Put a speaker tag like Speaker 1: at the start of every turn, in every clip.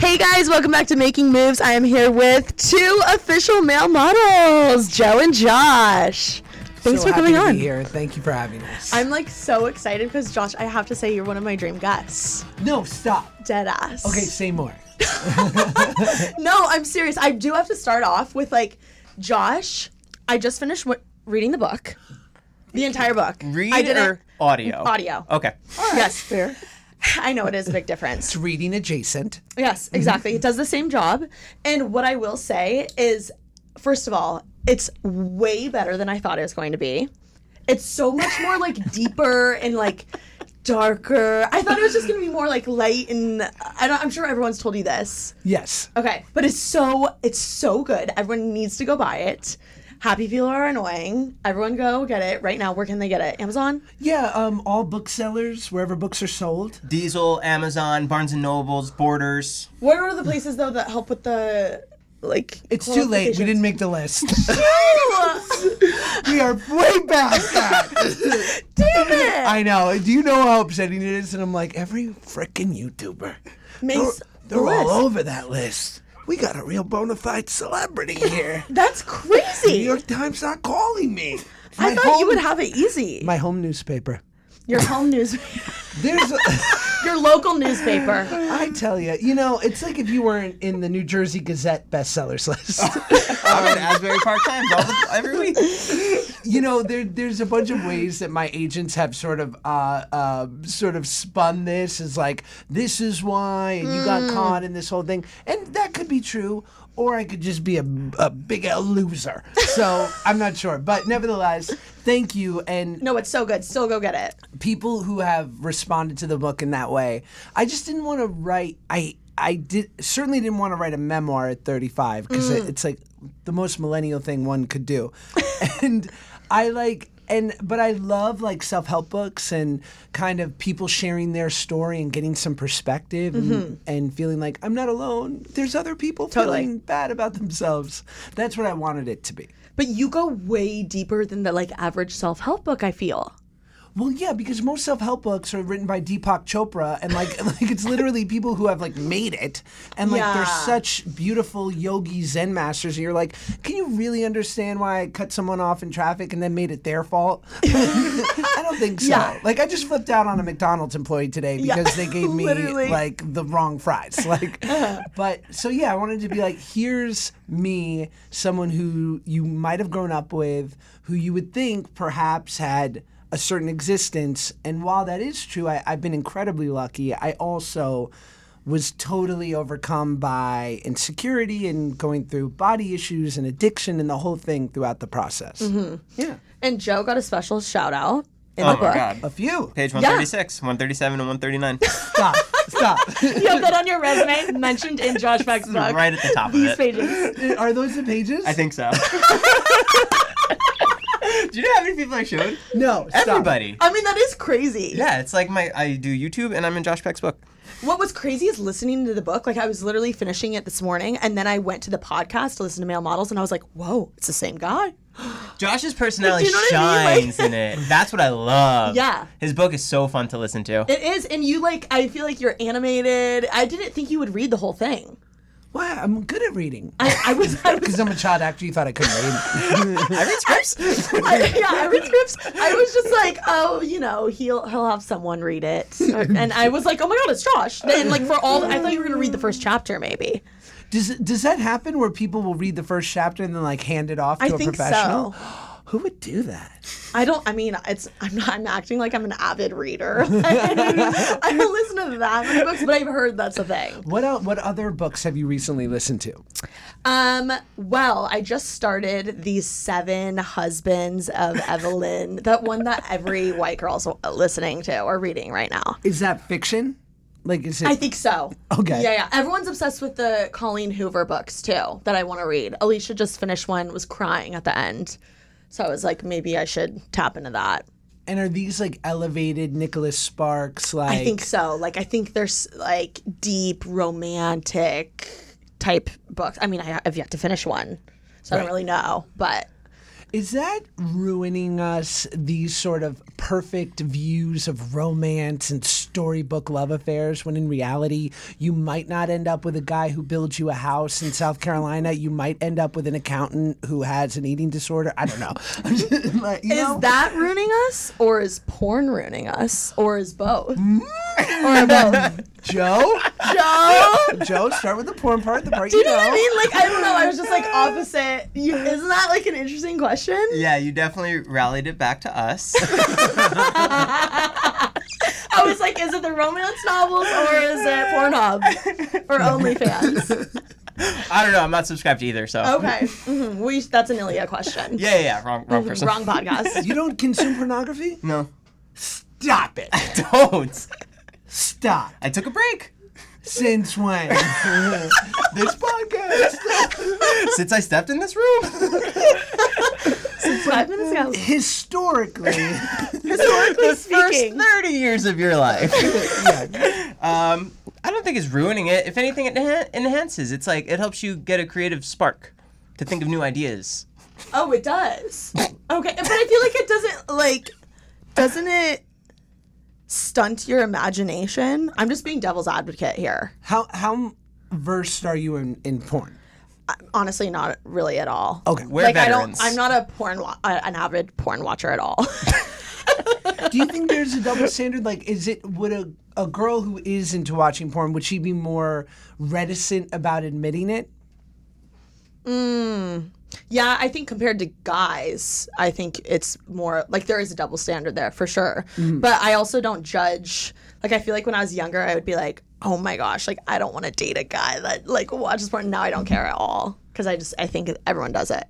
Speaker 1: Hey guys, welcome back to Making Moves. I am here with two official male models, Joe and Josh. Thanks
Speaker 2: So
Speaker 1: for coming
Speaker 2: happy to
Speaker 1: on.
Speaker 2: be here. Thank you for having us.
Speaker 1: I'm like so excited because Josh, I have to say you're one of my dream guests.
Speaker 2: no, stop.
Speaker 1: Dead ass.
Speaker 2: Okay, say more.
Speaker 1: No, I'm serious. I do have to start off with like, Josh. I just finished w- reading the book, the entire book.
Speaker 3: Read
Speaker 1: I did
Speaker 3: or audio?
Speaker 1: Audio.
Speaker 3: Okay.
Speaker 1: Yes, fair. I know it is a big difference.
Speaker 2: It's reading adjacent.
Speaker 1: Yes, exactly. It does the same job. And what I will say is, first of all, it's way better than I thought it was going to be. It's so much more like deeper and like darker. I thought it was just going to be more like light and I don't, I'm sure everyone's told you this.
Speaker 2: Yes.
Speaker 1: Okay, but it's so it's so good. Everyone needs to go buy it. Happy people are annoying. Everyone go get it right now. Where can they get it? Amazon.
Speaker 2: Yeah, um, all booksellers, wherever books are sold.
Speaker 3: Diesel, Amazon, Barnes and Nobles, Borders.
Speaker 1: What are the places though that help with the like?
Speaker 2: It's too late. We
Speaker 1: qualifications?
Speaker 2: didn't make the list. we are way past that.
Speaker 1: Damn it!
Speaker 2: I know. Do you know how upsetting it is? And I'm like, every frickin' YouTuber.
Speaker 1: Mace-
Speaker 2: They're, they're
Speaker 1: list.
Speaker 2: all over that list. We got a real bona fide celebrity here.
Speaker 1: That's
Speaker 2: New
Speaker 1: crazy.
Speaker 2: York Times not calling me.
Speaker 1: I
Speaker 2: My
Speaker 1: thought
Speaker 2: home-
Speaker 1: you would have it easy.
Speaker 2: my home newspaper.
Speaker 1: your home news,
Speaker 2: There's a.
Speaker 1: your local newspaper.
Speaker 2: I tell you, you know, it's like if you weren't in the New Jersey Gazette bestsellers list.
Speaker 1: Oh,
Speaker 3: I'm at Asbury Park Times all the, every week.
Speaker 2: you know, there, there's a bunch of ways that my agents have sort of, uh, uh, sort of spun this as like this is why, and you got caught in this whole thing, and that could be true, or I could just be a, a big L loser. So I'm not sure, but nevertheless, thank you, and
Speaker 1: No, it's so good. Still go get it.
Speaker 2: people who have responded to the book in that way. I just didn't want to write. I I did certainly didn't want to write a memoir at 35 because it's like the most millennial thing one could do, and I like. And but I love like self help books and kind of people sharing their story and getting some perspective and, and feeling like I'm not alone. There's other people
Speaker 1: Totally.
Speaker 2: feeling bad about themselves. That's what I wanted it to be.
Speaker 1: But you go way deeper than the like average self help book. I feel.
Speaker 2: Well, yeah, because most self-help books are written by Deepak Chopra, and like, like it's literally people who have like made it, and like they're
Speaker 1: Yeah.
Speaker 2: such beautiful yogi Zen masters, and you're like, can you really understand why I cut someone off in traffic and then made it their fault? I don't think so.
Speaker 1: Yeah.
Speaker 2: Like, I just flipped out on a McDonald's employee today
Speaker 1: Yeah,
Speaker 2: because they gave me
Speaker 1: literally.
Speaker 2: like the wrong fries. Like, but so yeah, I wanted to be like, here's me, someone who you might have grown up with, who you would think perhaps had a certain existence. And while that is true, I, I've been incredibly lucky. I also was totally overcome by insecurity and going through body issues and addiction and the whole thing throughout the process.
Speaker 1: Mm-hmm.
Speaker 2: Yeah,
Speaker 1: And Joe got a special shout out in
Speaker 3: oh
Speaker 1: the book.
Speaker 3: my God.
Speaker 2: a few.
Speaker 3: Page 136, 137, and 139.
Speaker 2: Stop. Stop.
Speaker 1: You have that on your resume, mentioned in Josh Beck's book.
Speaker 3: right at the top
Speaker 1: These
Speaker 3: of it.
Speaker 1: pages.
Speaker 2: Are those the pages?
Speaker 3: I think so. Do you know how many people I showed?
Speaker 2: no. stop.
Speaker 3: Everybody.
Speaker 1: I mean, that is crazy.
Speaker 3: Yeah, it's like my I do YouTube and I'm in Josh Peck's book.
Speaker 1: What was crazy is listening to the book. Like I was literally finishing it this morning, and then I went to the podcast to listen to Male Models, and I was like, "Whoa, it's the same guy."
Speaker 3: Josh's personality
Speaker 1: Do you know what I mean?
Speaker 3: shines in it. That's what I love.
Speaker 1: Yeah.
Speaker 3: His book is so fun to listen to.
Speaker 1: It is, and you like. I feel like you're animated. I didn't think you would read the whole thing.
Speaker 2: Wow, I'm good at reading.
Speaker 1: I, I was. I was
Speaker 2: Because I'm a child actor, you thought I couldn't read.
Speaker 3: I read scripts.
Speaker 1: I, yeah, I read scripts. I was just like, oh, you know, he'll he'll have someone read it, Or- and I was like, oh my god, it's Josh. And like for all, I thought you were gonna read the first chapter, maybe.
Speaker 2: does does that happen where people will read the first chapter and then like hand it off to
Speaker 1: I
Speaker 2: a
Speaker 1: think
Speaker 2: professional? Who would do that?
Speaker 1: I don't. I mean, it's. I'm not. I'm acting like I'm an avid reader. I don't listen to that many books, but I've heard that's a thing.
Speaker 2: What el- what other books have you recently listened to?
Speaker 1: Um, well, I just started the Seven Husbands of Evelyn, that one that every white girl's uh, listening to or reading right now.
Speaker 2: Is that fiction? Like is it?
Speaker 1: I think so.
Speaker 2: Okay.
Speaker 1: Yeah, yeah. Everyone's obsessed with the Colleen Hoover books too that I want to read. Alicia just finished one, was crying at the end. So I was like, maybe I should tap into that.
Speaker 2: and are these like elevated Nicholas Sparks? Like
Speaker 1: I think so. Like, I think there's like deep romantic type books. I mean, I have yet to finish one, so I don't really know. But
Speaker 2: Is that ruining us these sort of perfect views of romance and storybook love affairs when in reality you might not end up with a guy who builds you a house in South Carolina. You might end up with an accountant who has an eating disorder. I don't know. Like, you know?
Speaker 1: Is that ruining us, or is porn ruining us, or is both? or both?
Speaker 2: Joe?
Speaker 1: Joe,
Speaker 2: Joe, start with the porn part, the part
Speaker 1: do
Speaker 2: you
Speaker 1: you know what I
Speaker 2: know.
Speaker 1: mean? Like I don't know. I was just like opposite. You, isn't that like an interesting question?
Speaker 3: Yeah, you definitely rallied it back to us.
Speaker 1: I was like, is it the romance novels or is it Pornhub or OnlyFans?
Speaker 3: I don't know. I'm not subscribed to either, so.
Speaker 1: Okay, hmm we that's an Ilya question.
Speaker 3: Yeah, yeah, yeah. Wrong, wrong
Speaker 1: Mhm,
Speaker 3: person.
Speaker 1: Wrong podcast.
Speaker 2: You don't consume pornography?
Speaker 3: No.
Speaker 2: Stop it.
Speaker 3: Don't.
Speaker 2: Stop.
Speaker 3: I took a break.
Speaker 2: Since when?
Speaker 3: This podcast. Since I stepped in this room.
Speaker 1: Five minutes ago.
Speaker 2: Historically.
Speaker 1: Historically
Speaker 3: First
Speaker 1: speaking,
Speaker 3: 30 years of your life.
Speaker 2: yeah.
Speaker 3: Um, I don't think it's ruining it. If anything, it enha- enhances. It's like it helps you get a creative spark to think of new ideas.
Speaker 1: oh, it does. Okay, but I feel like it doesn't like, doesn't it stunt your imagination? I'm just being devil's advocate here.
Speaker 2: How how versed are you in, in porn?
Speaker 1: Honestly, not really at all.
Speaker 2: Okay.
Speaker 3: We're
Speaker 1: like
Speaker 3: veterans.
Speaker 1: I don't. I'm not a porn, wa- uh, an avid porn watcher at all.
Speaker 2: Do you think there's a double standard? Like, is it would a a girl who is into watching porn would she be more reticent about admitting it?
Speaker 1: Yeah, I think compared to guys, I think it's more like there is a double standard there for sure.
Speaker 3: Mm-hmm.
Speaker 1: But I also don't judge. Like I feel like when I was younger, I would be like, "Oh my gosh, like I don't want to date a guy that like watches porn." Now I don't care at all because I just I think everyone does it.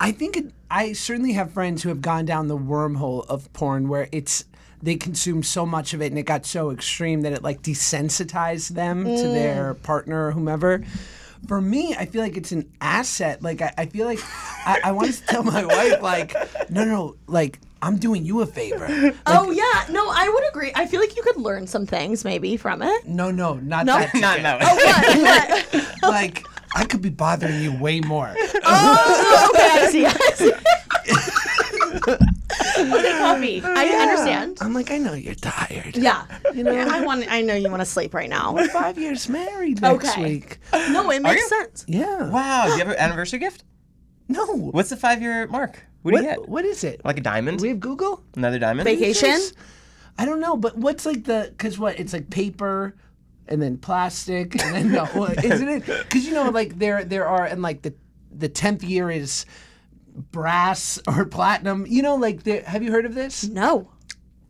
Speaker 2: I think it, I certainly have friends who have gone down the wormhole of porn where it's they consume so much of it and it got so extreme that it like desensitized them to
Speaker 1: Mm.
Speaker 2: their partner or whomever. For me, I feel like it's an asset. Like I, I feel like I, I wanted to tell my wife, like, no, no, like I'm doing you a favor.
Speaker 1: oh yeah, no, I would agree. I feel like you could learn some things maybe from it.
Speaker 2: No, no, not
Speaker 1: No?
Speaker 2: that.
Speaker 3: Not no.
Speaker 1: Oh, What? What?
Speaker 2: like I could be bothering you way more.
Speaker 1: oh, okay, I see. I see. okay, copy. I understand.
Speaker 2: I'm like, I know you're tired.
Speaker 1: Oh, Yeah, you know, I want. I know you want to sleep right now.
Speaker 2: We're five years married next
Speaker 1: Okay.
Speaker 2: week.
Speaker 1: No, it
Speaker 3: you?
Speaker 1: makes sense.
Speaker 2: Yeah.
Speaker 3: Wow, do you have an anniversary gift?
Speaker 2: No.
Speaker 3: What's the five year mark? What do you
Speaker 2: What,
Speaker 3: get?
Speaker 2: what is it?
Speaker 3: Like a diamond?
Speaker 2: we have Google?
Speaker 3: Another diamond?
Speaker 1: Vacation?
Speaker 2: Yes. I don't know, but what's like the because what it's like paper and then plastic and then no, what- isn't it? Because you know, like there there are and like the the tenth year is brass or platinum. You know, like there, have you heard of this?
Speaker 1: No.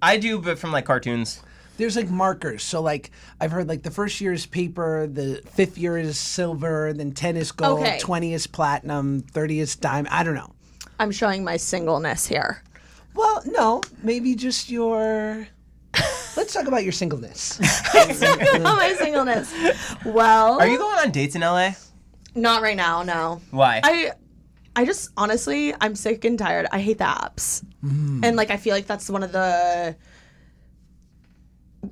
Speaker 3: I do, but from like cartoons.
Speaker 2: there's like markers. So like I've heard like the first year is paper, the fifth year is silver, then ten is gold,
Speaker 1: Okay.
Speaker 2: twenty is platinum, thirty is dime. I don't know.
Speaker 1: I'm showing my singleness here.
Speaker 2: Well, no, maybe just your. Let's talk about your singleness.
Speaker 1: Oh, my singleness. Well,
Speaker 3: Are you going on dates in LA?
Speaker 1: not right now, no.
Speaker 3: Why?
Speaker 1: I I just honestly, I'm sick and tired. I hate the apps.
Speaker 3: Mm.
Speaker 1: And like I feel like that's one of the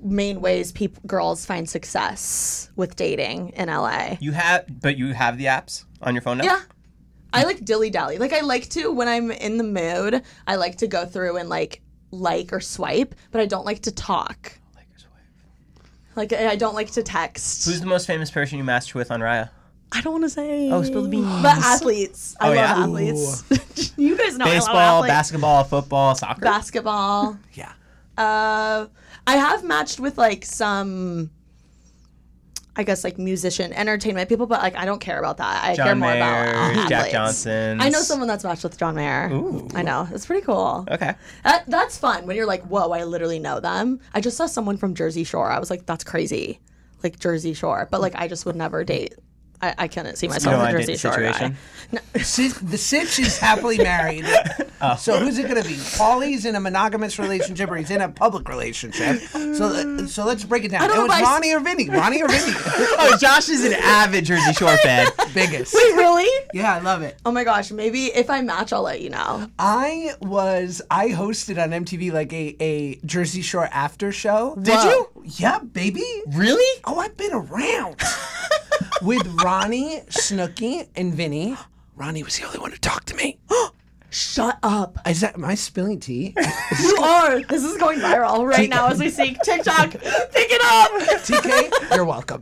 Speaker 1: main ways people girls find success with dating in LA.
Speaker 3: you have, but you have the apps on your phone now?
Speaker 1: Yeah. I like dilly dally. Like I like to when I'm in the mood, I like to go through and like like or swipe, but I don't like to talk. Like I I don't like to text.
Speaker 3: Who's the most famous person you matched with on Raya?
Speaker 1: I don't want to say.
Speaker 3: Oh, spill the beans.
Speaker 1: But athletes. I
Speaker 3: Oh, yeah?
Speaker 1: love athletes. you guys know I
Speaker 3: Baseball,
Speaker 1: love athletes.
Speaker 3: basketball, football, soccer.
Speaker 1: basketball.
Speaker 2: yeah.
Speaker 1: Uh, I have matched with like some, I guess like musician, entertainment people, but like I don't care about that. I care
Speaker 3: John
Speaker 1: more
Speaker 3: Mayer,
Speaker 1: about uh, athletes.
Speaker 3: Jack Johnson.
Speaker 1: I know someone that's matched with John Mayer.
Speaker 3: Ooh.
Speaker 1: I know. It's pretty cool.
Speaker 3: Okay.
Speaker 1: That, that's fun when you're like, whoa, I literally know them. I just saw someone from Jersey Shore. I was like, that's crazy. Like Jersey Shore. But like, I just would never date. I, I couldn't see myself
Speaker 3: No
Speaker 1: with a
Speaker 3: idea
Speaker 1: Jersey
Speaker 3: the
Speaker 1: Shore. guy.
Speaker 3: situation.
Speaker 2: Sis, the sitch is happily married. So who's it going to be? Paulie's in a monogamous relationship, or he's in a public relationship. So uh, so let's break it down.
Speaker 1: don't
Speaker 2: It
Speaker 1: know
Speaker 2: was
Speaker 1: if I s-
Speaker 2: Ronnie or Vinny. Ronnie or Vinny.
Speaker 3: Oh, Josh is an avid Jersey Shore fan.
Speaker 2: Biggest.
Speaker 1: Wait, really?
Speaker 2: Yeah, I love it.
Speaker 1: Oh my gosh, maybe if I match, I'll let you know.
Speaker 2: I was I hosted on MTV like a, a Jersey Shore after show.
Speaker 3: Did you?
Speaker 2: Yeah, baby.
Speaker 3: Really?
Speaker 2: Oh, I've been around with Ronnie, Snooky, and Vinny. Ronnie was the only one who talked to me.
Speaker 1: Shut up.
Speaker 2: Is that my spilling tea?
Speaker 1: You are. This is going viral right now as we see TikTok. Pick it up.
Speaker 2: TK, you're welcome.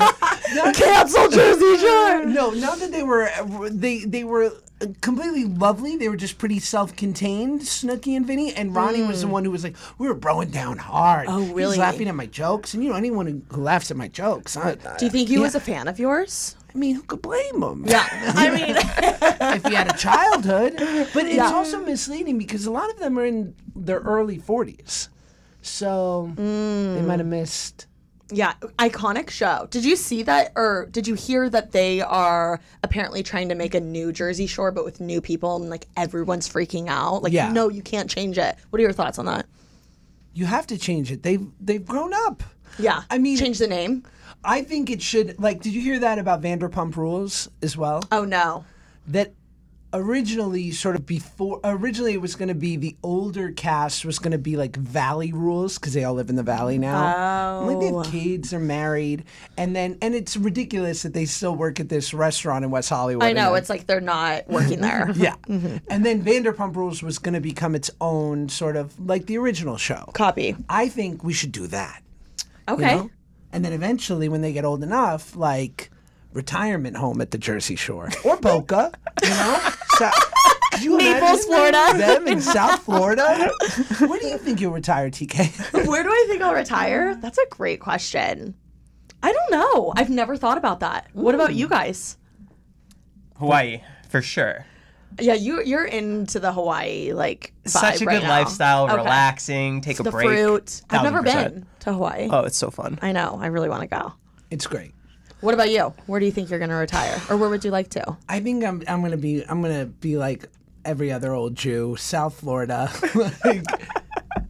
Speaker 1: Cancel Jersey Shore.
Speaker 2: no, not that they were they they were completely lovely. They were just pretty self-contained, Snooky and Vinny. And Ronnie was the one who was like, we were broing down hard.
Speaker 1: Mm. Oh,
Speaker 2: He was
Speaker 1: really?
Speaker 2: laughing at my jokes, and you know anyone who- who laughs at my jokes, I,
Speaker 1: Do you think he was
Speaker 2: Yeah.
Speaker 1: a fan of yours?
Speaker 2: I mean, who could blame him?
Speaker 1: I mean,
Speaker 2: if you had a childhood. But it's
Speaker 1: Yeah.
Speaker 2: also misleading because a lot of them are in their early 40s. So they might have missed.
Speaker 1: yeah, iconic show. Did you see that or did you hear that they are apparently trying to make a new Jersey Shore but with new people and like everyone's freaking out? Like,
Speaker 2: Yeah.
Speaker 1: no, you can't change it. What are your thoughts on that?
Speaker 2: You have to change it. They've they've grown up.
Speaker 1: Yeah.
Speaker 2: I mean-
Speaker 1: change the name.
Speaker 2: I think it should like did you hear that about Vanderpump Rules as well?
Speaker 1: Oh, no.
Speaker 2: that originally sort of before originally it was going to be the older cast was going to be like valley rules because they all live in the valley now like they have kids are married and then and it's ridiculous that they still work at this restaurant in west hollywood
Speaker 1: I know.
Speaker 2: and-
Speaker 1: It's like they're not working there.
Speaker 2: yeah
Speaker 1: Mm-hmm.
Speaker 2: and then vanderpump rules was going to become its own sort of like the original show
Speaker 1: Copy.
Speaker 2: i think we should do that you
Speaker 1: Okay.
Speaker 2: know? and then eventually when they get old enough like retirement home at the jersey shore or boca you know so, could you
Speaker 1: Naples,
Speaker 2: imagine
Speaker 1: Florida.
Speaker 2: them in south florida where do you think you'll retire tk
Speaker 1: Where do I think I'll retire? That's a great question. I don't know. I've never thought about that. What about you guys?
Speaker 3: Hawaii, for sure.
Speaker 1: Yeah, you you're into the Hawaii like vibe
Speaker 3: Such a
Speaker 1: right
Speaker 3: good
Speaker 1: now.
Speaker 3: lifestyle,
Speaker 1: Okay.
Speaker 3: relaxing, take
Speaker 1: The
Speaker 3: a break.
Speaker 1: fruit. I've never
Speaker 3: 1000%.
Speaker 1: been to Hawaii.
Speaker 3: Oh, it's so fun.
Speaker 1: I know. I really want to go.
Speaker 2: it's great
Speaker 1: What about you? Where do you think you're going to retire, or where would you like to?
Speaker 2: i think i'm, I'm gonna be i'm gonna be like every other old jew south florida like,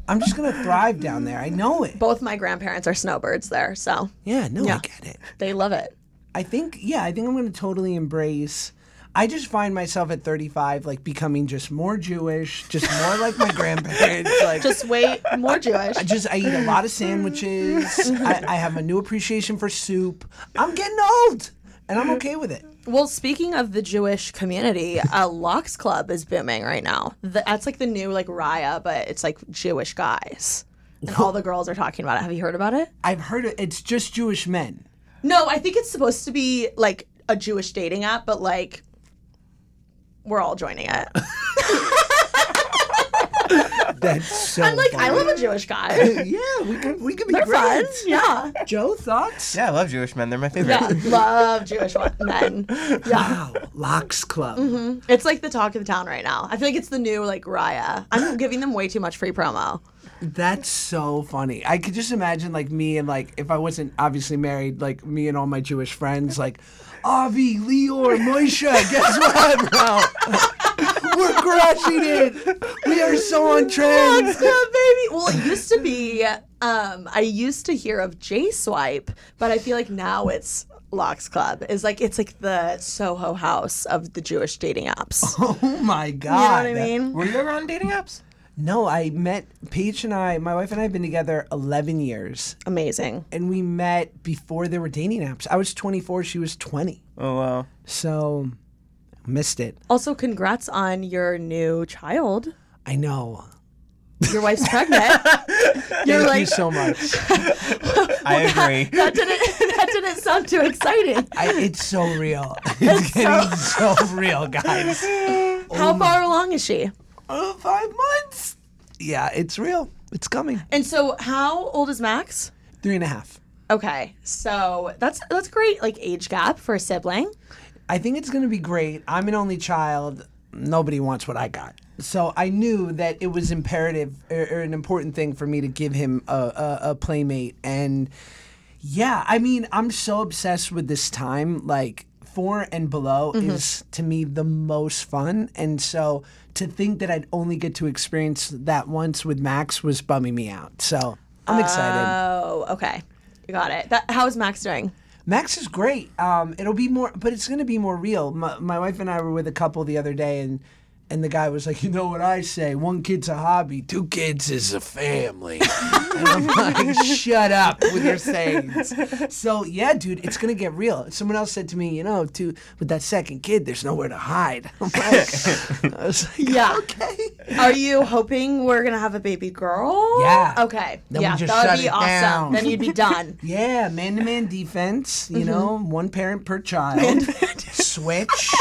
Speaker 2: i'm just gonna thrive down there i know it
Speaker 1: Both my grandparents are snowbirds there, so
Speaker 2: yeah no
Speaker 1: Yeah.
Speaker 2: i get it
Speaker 1: they love it.
Speaker 2: I think yeah, I think I'm going to totally embrace. I just find myself at 35 like becoming just more Jewish, just more like my grandparents. Like just,
Speaker 1: Just way more Jewish.
Speaker 2: I eat a lot of sandwiches. I, I have a new appreciation for soup. I'm getting old, and I'm okay with it.
Speaker 1: Well, speaking of the Jewish community, uh, Locks Club is booming right now. Th that's like the new like Raya, but it's like Jewish guys, and all the girls are talking about it. Have you heard about it?
Speaker 2: I've heard it, it's just Jewish men.
Speaker 1: No, I think it's supposed to be like a Jewish dating app, but like we're all joining it.
Speaker 2: That's so.
Speaker 1: I'm like, I love a Jewish guy.
Speaker 2: yeah, we could we could be
Speaker 1: They're fun.
Speaker 2: friends.
Speaker 1: Yeah.
Speaker 2: Joe, thoughts?
Speaker 3: Yeah, I love Jewish men. They're my favorite.
Speaker 1: Yeah, love Jewish men. Yeah,
Speaker 2: Wow, Locks Club.
Speaker 1: it's like the talk of the town right now. I feel like it's the new like Raya. I'm giving them way too much free promo.
Speaker 2: That's so funny. I could just imagine like me and like if I wasn't obviously married, like me and all my Jewish friends, like Avi, Lior, Moshe. Guess what, bro? We're crushing it. We are so on trend.
Speaker 1: Lux Club, baby. Well, it used to be. Um, I used to hear of J Swipe, but I feel like now it's Locks Club. Is like it's like the Soho House of the Jewish dating apps.
Speaker 2: Oh my
Speaker 1: You know
Speaker 2: god.
Speaker 1: what I mean?
Speaker 3: Were you ever on dating apps?
Speaker 2: No, I met Paige and I. My wife and I have been together eleven years,
Speaker 1: Amazing.
Speaker 2: and we met before there were dating apps. I was twenty four. She was twenty.
Speaker 3: Oh wow.
Speaker 2: So missed it.
Speaker 1: Also, congrats on your new child.
Speaker 2: I know.
Speaker 1: Your wife's pregnant. You're
Speaker 2: Thank
Speaker 1: like
Speaker 2: you so much.
Speaker 3: I agree.
Speaker 1: that didn't that didn't sound too exciting.
Speaker 2: I, it's so real. It's getting so, real, guys.
Speaker 1: How far along is she?
Speaker 2: Oh, five months. Yeah, it's real. It's coming.
Speaker 1: And so, how old is Max?
Speaker 2: Three and a half.
Speaker 1: Okay, so that's that's great. Like age gap for a sibling.
Speaker 2: I think it's gonna be great. I'm an only child. Nobody wants what I got. So I knew that it was imperative or, or an important thing for me to give him a, a, a playmate. And yeah, I mean, I'm so obsessed with this time. Like four and below is to me the most fun. And so to think that I'd only get to experience that once with Max was bumming me out. So I'm excited.
Speaker 1: Oh, okay, you got it. That, how is Max doing?
Speaker 2: Max is great. Um, it'll be more, but it's going to be more real. My, my wife and I were with a couple the other day, and And the guy was like, you know what I say? One kid's a hobby, two kids is a family. and I'm like, shut up with your sayings. So yeah, dude, it's gonna get real. Someone else said to me, you know, to with that second kid, there's nowhere to hide. I'm like, I was like,
Speaker 1: Yeah.
Speaker 2: okay.
Speaker 1: Are you hoping we're gonna have a baby girl?
Speaker 2: Yeah.
Speaker 1: Okay.
Speaker 2: Then we
Speaker 1: yeah,
Speaker 2: just
Speaker 1: that
Speaker 2: shut
Speaker 1: would
Speaker 2: it
Speaker 1: be awesome.
Speaker 2: down.
Speaker 1: Then you'd be done.
Speaker 2: Yeah, man to man defense,
Speaker 1: Mm-hmm.
Speaker 2: you know, one parent per child, switch,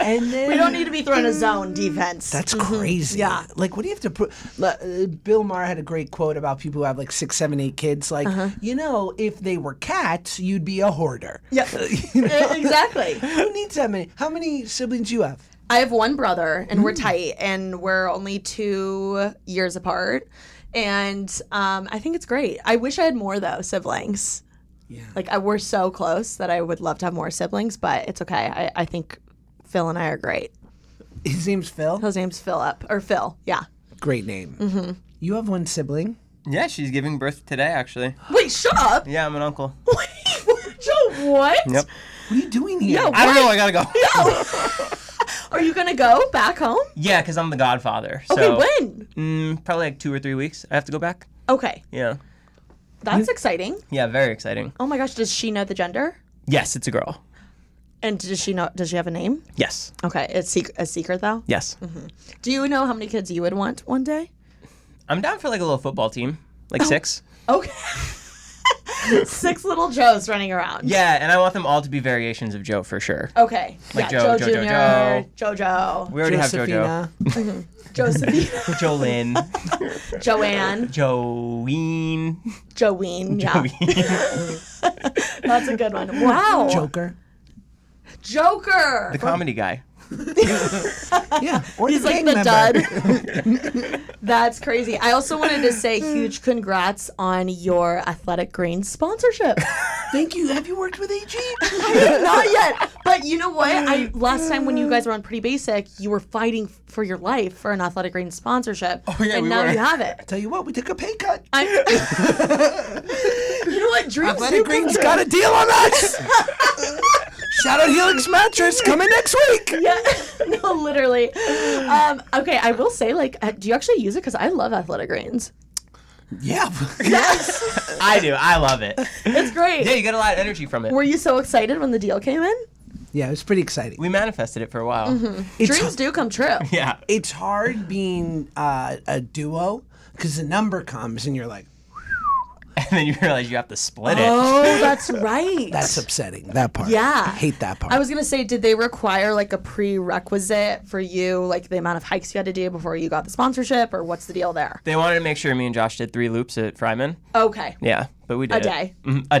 Speaker 2: and then.
Speaker 1: we don't need to be thrown a zone defense.
Speaker 2: That's crazy.
Speaker 1: Mm-hmm. Yeah.
Speaker 2: Like, what do you have to put? Uh, Bill Maher had a great quote about people who have like six, seven, eight kids. Like,
Speaker 1: Uh-huh.
Speaker 2: you know, if they were cats, you'd be a hoarder.
Speaker 1: yeah. Eh,
Speaker 2: You know?
Speaker 1: exactly.
Speaker 2: Who needs that many? How many siblings you have?
Speaker 1: I have one brother and we're
Speaker 2: Mm.
Speaker 1: tight and we're only two years apart. And um, I think it's great. I wish I had more though, siblings.
Speaker 2: Yeah.
Speaker 1: Like I, we're so close that I would love to have more siblings, but it's okay. I, I think Phil and I are great.
Speaker 2: His name's Phil.
Speaker 1: His name's Philip or Phil. Yeah.
Speaker 2: Great name. Mm-hmm. You have one sibling.
Speaker 3: Yeah, she's giving birth today, actually.
Speaker 1: Wait, shut up.
Speaker 3: Yeah, I'm an uncle.
Speaker 1: Wait, Joe, what?
Speaker 3: Yep.
Speaker 2: What are you doing here?
Speaker 1: No.
Speaker 3: I don't know. I gotta go.
Speaker 1: Are you gonna go back home?
Speaker 3: Yeah, because I'm the godfather. So,
Speaker 1: Okay, when?
Speaker 3: Mm, probably like two or three weeks. I have to go back.
Speaker 1: Okay,
Speaker 3: Yeah.
Speaker 1: that's
Speaker 3: Mm.
Speaker 1: exciting.
Speaker 3: Yeah, very exciting.
Speaker 1: Oh my gosh, does she know the gender?
Speaker 3: Yes, it's a girl.
Speaker 1: And does she know? Does she have a name?
Speaker 3: Yes.
Speaker 1: Okay, it's sec- a secret though.
Speaker 3: Yes.
Speaker 1: Do you know how many kids you would want one day?
Speaker 3: I'm down for like a little football team, like
Speaker 1: Oh.
Speaker 3: six.
Speaker 1: Okay. Six little Joes running around.
Speaker 3: Yeah, and I want them all to be variations of Joe for sure.
Speaker 1: Okay. yeah,
Speaker 3: Like Joe,
Speaker 1: Joe,
Speaker 3: Joe, Joe,
Speaker 1: Jr., JoJo,
Speaker 3: We already
Speaker 2: Josephina.
Speaker 1: Josephine,
Speaker 3: have JoJo. Jolyn.
Speaker 1: Joanne,
Speaker 3: Joeen.
Speaker 1: Joeen. Yeah,
Speaker 3: Joeen.
Speaker 1: that's a good one. Wow.
Speaker 2: Joker.
Speaker 1: Joker.
Speaker 3: The comedy guy.
Speaker 2: Yeah. Or
Speaker 1: He's
Speaker 2: the
Speaker 1: like
Speaker 2: gang
Speaker 1: the
Speaker 2: member.
Speaker 1: dud. That's crazy. I also wanted to say huge congrats on your Athletic Greens sponsorship.
Speaker 2: Thank you. Have you worked with AG?
Speaker 1: Not yet, but you know what? I last time when you guys were on Pretty Basic, you were fighting for your life for an Athletic Greens sponsorship, oh,
Speaker 3: yeah,
Speaker 1: and
Speaker 3: we
Speaker 1: now
Speaker 3: were.
Speaker 1: you have it.
Speaker 2: Tell you what, we took a pay cut.
Speaker 1: i you know what? Dreams
Speaker 2: Athletic
Speaker 1: do come
Speaker 2: Greens
Speaker 1: true.
Speaker 2: got a deal on us. Shout out Helix Mattress coming next week.
Speaker 1: Yeah, no, literally. Um, okay, I will say, like, uh, do you actually use it? Because I love Athletic Greens.
Speaker 2: Yeah.
Speaker 3: I do. I love it.
Speaker 1: It's great.
Speaker 3: Yeah, you get a lot of energy from it.
Speaker 1: Were you so excited when the deal came in?
Speaker 2: Yeah, it was pretty exciting.
Speaker 3: We manifested it for a while.
Speaker 1: Mm-hmm.
Speaker 2: It's,
Speaker 1: Dreams do come true.
Speaker 3: Yeah.
Speaker 2: it's hard being uh, a duo because the number comes and you're like,
Speaker 3: And then you realize you have to split it.
Speaker 1: Oh, that's right.
Speaker 2: that's upsetting. That part.
Speaker 1: Yeah.
Speaker 2: I hate that part.
Speaker 1: I was gonna say, did they require like a prerequisite for you, like the amount of hikes you had to do before you got the sponsorship, or what's the deal there?
Speaker 3: They wanted to make sure me and Josh did three loops at Fryman.
Speaker 1: Okay.
Speaker 3: Yeah, but we did.
Speaker 1: A day. Mm-hmm.
Speaker 3: It. Mhm, a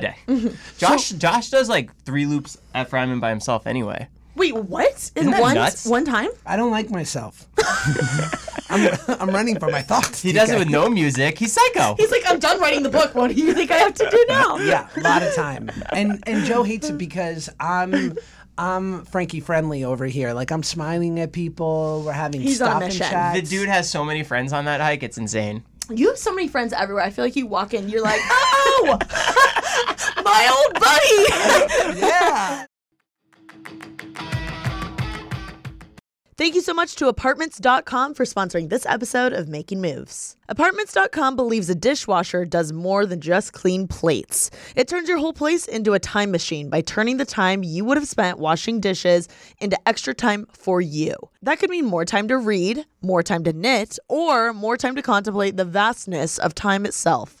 Speaker 3: day. Josh Josh does like three loops at Fryman by himself anyway.
Speaker 1: Wait, what? In
Speaker 3: Isn't that
Speaker 1: one
Speaker 3: nuts?
Speaker 1: one time?
Speaker 2: I don't like myself. I'm, I'm running for my thoughts.
Speaker 3: He does it with no music. He's psycho.
Speaker 1: He's like, I'm done writing the book. What do you think I have to do now?
Speaker 2: Yeah, a lot of time. And and Joe hates it because I'm I'm Frankie friendly over here. Like I'm smiling at people. We're having
Speaker 1: He's on a
Speaker 2: stop and
Speaker 1: mission.
Speaker 2: chats.
Speaker 3: the dude has so many friends on that hike. It's insane.
Speaker 1: You have so many friends everywhere. I feel like you walk in, you're like, oh, my old buddy.
Speaker 2: Yeah.
Speaker 1: Thank you so much to Apartments.com for sponsoring this episode of Making Moves. Apartments.com believes a dishwasher does more than just clean plates. It turns your whole place into a time machine by turning the time you would have spent washing dishes into extra time for you. That could mean more time to read, more time to knit, or more time to contemplate the vastness of time itself.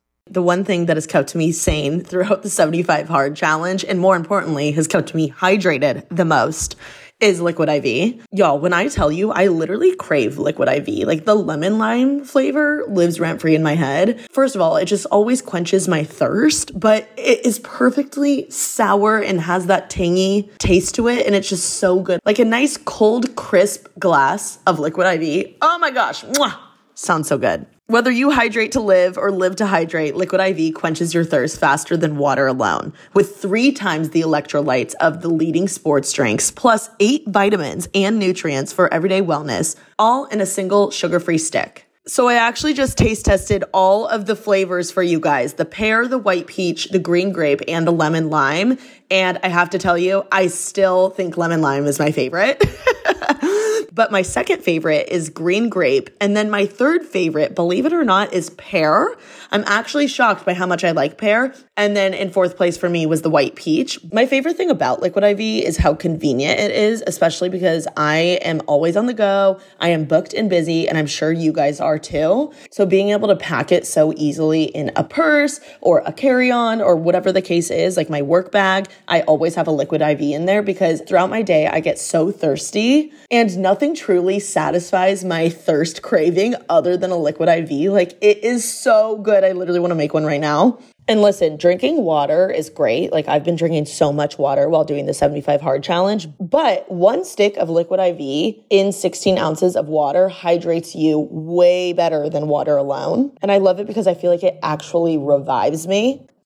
Speaker 1: The one thing that has kept me sane throughout the 75 hard challenge, and more importantly, has kept me hydrated the most, is Liquid IV. Y'all, when I tell you, I literally crave Liquid IV. Like the lemon lime flavor lives rent free in my head. First of all, it just always quenches my thirst, but it is perfectly sour and has that tangy taste to it, and it's just so good. Like a nice, cold, crisp glass of Liquid IV. Oh my gosh. Mwah! Sounds so good. Whether you hydrate to live or live to hydrate, Liquid IV quenches your thirst faster than water alone. With three times the electrolytes of the leading sports drinks, plus eight vitamins and nutrients for everyday wellness, all in a single sugar free stick. So I actually just taste tested all of the flavors for you guys the pear, the white peach, the green grape, and the lemon lime. And I have to tell you, I still think lemon lime is my favorite. but my second favorite is green grape. And then my third favorite, believe it or not, is pear. I'm actually shocked by how much I like pear. And then in fourth place for me was the white peach. My favorite thing about Liquid IV is how convenient it is, especially because I am always on the go. I am booked and busy, and I'm sure you guys are too. So being able to pack it so easily in a purse or a carry on or whatever the case is, like my work bag, I always have a Liquid IV in there because throughout my day, I get so thirsty and nothing truly satisfies my thirst craving other than a liquid IV. Like it is so good. I literally want to make one right now. And listen, drinking water is great. Like I've been drinking so much water while doing the 75 hard challenge, but one stick of liquid IV in 16 ounces of water hydrates you way better than water alone. And I love it because I feel like it actually revives me.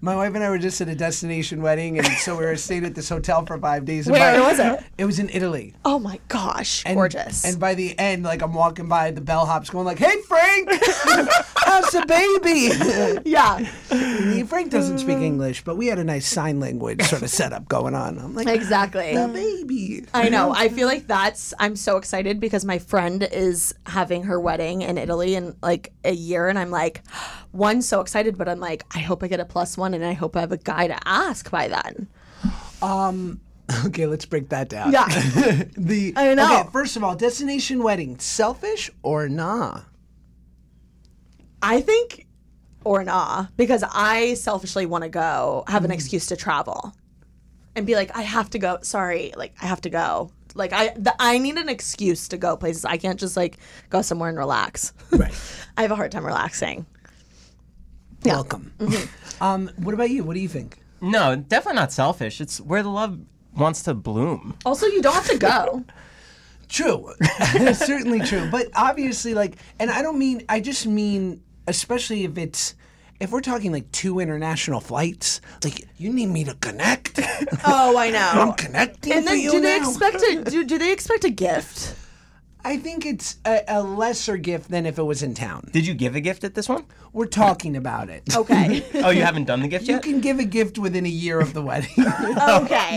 Speaker 2: My wife and I were just at a destination wedding, and so we were staying at this hotel for five days. and
Speaker 1: Where
Speaker 2: by-
Speaker 1: was it?
Speaker 2: It was in Italy.
Speaker 1: Oh my gosh,
Speaker 2: And-
Speaker 1: gorgeous.
Speaker 2: And by the end, like I'm walking by the bellhops, going like, "Hey Frank, how's the baby?"
Speaker 1: yeah.
Speaker 2: Frank doesn't speak English, but we had a nice sign language sort of setup going on. I'm like,
Speaker 1: Exactly.
Speaker 2: "The baby."
Speaker 1: I know. I feel like that's. I'm so excited because my friend is having her wedding in Italy in like a year, and I'm like, one, so excited, but I'm like, I hope I get a plus one, and I hope I have a guy to ask by then.
Speaker 2: Okay, let's break that down.
Speaker 1: Yeah.
Speaker 2: the
Speaker 1: I know.
Speaker 2: Okay, first of all, destination wedding, selfish or nah?
Speaker 1: I think, or nah, because I selfishly want to go have an excuse to travel, and be like, I have to go. Sorry, like I have to go. Like I, the, I need an excuse to go places. I can't just like go somewhere and relax.
Speaker 2: Right.
Speaker 1: I have a hard time relaxing.
Speaker 2: Welcome.
Speaker 1: Mm-hmm.
Speaker 2: Um, what about you? What do you think?
Speaker 3: No, definitely not selfish. It's where the love wants to bloom.
Speaker 1: Also, you don't have to go.
Speaker 2: True. Certainly true. But obviously, like, and I don't mean, I just mean, especially if it's, if we're talking like two international flights, like, you need me to connect. Uh,
Speaker 1: Oh, I know.
Speaker 2: I'm connecting
Speaker 1: And
Speaker 2: for
Speaker 1: then,
Speaker 2: you
Speaker 1: do they
Speaker 2: now.
Speaker 1: expect a do, do they expect a gift?
Speaker 2: I think it's a, a lesser gift than if it was in town.
Speaker 3: Did you give a gift at this one?
Speaker 2: We're talking about it.
Speaker 1: Okay,
Speaker 3: Oh, you haven't done the gift
Speaker 2: You
Speaker 3: yet?
Speaker 2: can give a gift within a year of the wedding.
Speaker 1: okay.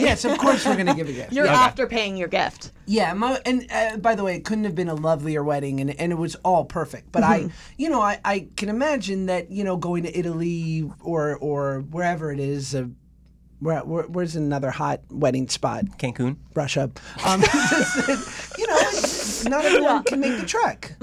Speaker 2: yes, of course we're going to give a gift.
Speaker 1: you're after paying your gift.
Speaker 2: Yeah, my, and uh, by the way, it couldn't have been a lovelier wedding, and, and it was all perfect. But I, you know, I, I can imagine that you know going to Italy or or wherever it is, uh, where, where where's another hot wedding spot?
Speaker 3: Cancun.
Speaker 2: Russia. Um, you know, it's- not everyone can make the trek.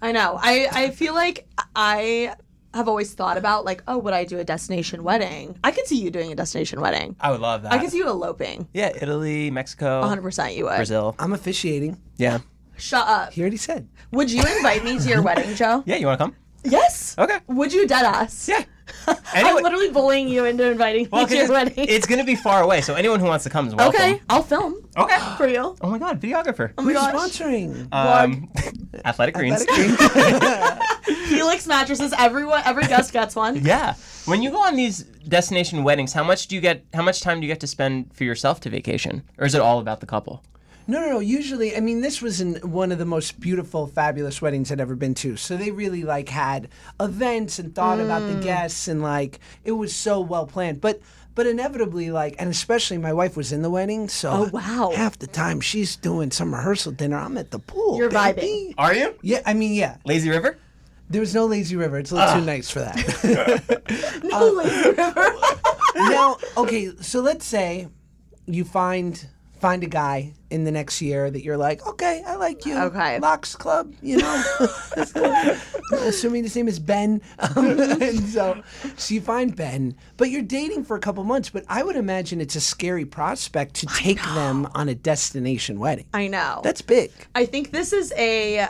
Speaker 1: I know. I I feel like I have always thought about like, oh, would I do a destination wedding? I could see you doing a destination wedding.
Speaker 3: I would love that.
Speaker 1: I could see you eloping.
Speaker 3: yeah, Italy, Mexico,
Speaker 1: 100 percent you would.
Speaker 3: Brazil.
Speaker 2: I'm officiating.
Speaker 3: Yeah.
Speaker 1: Shut up.
Speaker 2: He already said.
Speaker 1: Would you invite me to your wedding, Joe?
Speaker 3: Yeah, you want to come?
Speaker 1: Yes.
Speaker 3: Okay.
Speaker 1: Would you dead us?
Speaker 3: Yeah.
Speaker 1: I'm literally bullying you into inviting
Speaker 3: Well,
Speaker 1: me to
Speaker 3: 'cause
Speaker 1: your wedding.
Speaker 3: it's going to be far away, so anyone who wants to come is welcome.
Speaker 1: okay, I'll film
Speaker 3: Okay.
Speaker 1: for you.
Speaker 3: Oh my God, videographer.
Speaker 1: Oh my
Speaker 2: Who's
Speaker 1: gosh.
Speaker 2: sponsoring?
Speaker 3: Um, Athletic Greens.
Speaker 1: Helix mattresses. Everyone, every guest gets one.
Speaker 3: Yeah. When you go on these destination weddings, how much do you get? How much time do you get to spend for yourself to vacation, or is it all about the couple?
Speaker 2: No, no, no. Usually, I mean, this was in one of the most beautiful, fabulous weddings I'd ever been to. So they really like had events and thought about
Speaker 1: Mm.
Speaker 2: the guests, and like it was so well planned. But but inevitably, like, and especially my wife was in the wedding, so
Speaker 1: Oh, wow.
Speaker 2: half the time she's doing some rehearsal dinner. I'm at the pool.
Speaker 1: You're
Speaker 2: baby.
Speaker 3: Are you?
Speaker 2: Yeah, I mean, yeah.
Speaker 3: Lazy River.
Speaker 2: There was no lazy river. It's a little too nice for that. Um,
Speaker 1: Lazy River.
Speaker 2: now, okay, so let's say you find find a guy in the next year that you're like, okay, I like you.
Speaker 4: Okay.
Speaker 2: Locks Club, you know. This guy- Assuming his name is Ben. Um, and so, so you find Ben, but you're dating for a couple months, but I would imagine it's a scary prospect to take them on a destination wedding.
Speaker 4: I know.
Speaker 2: That's big.
Speaker 4: I think this is a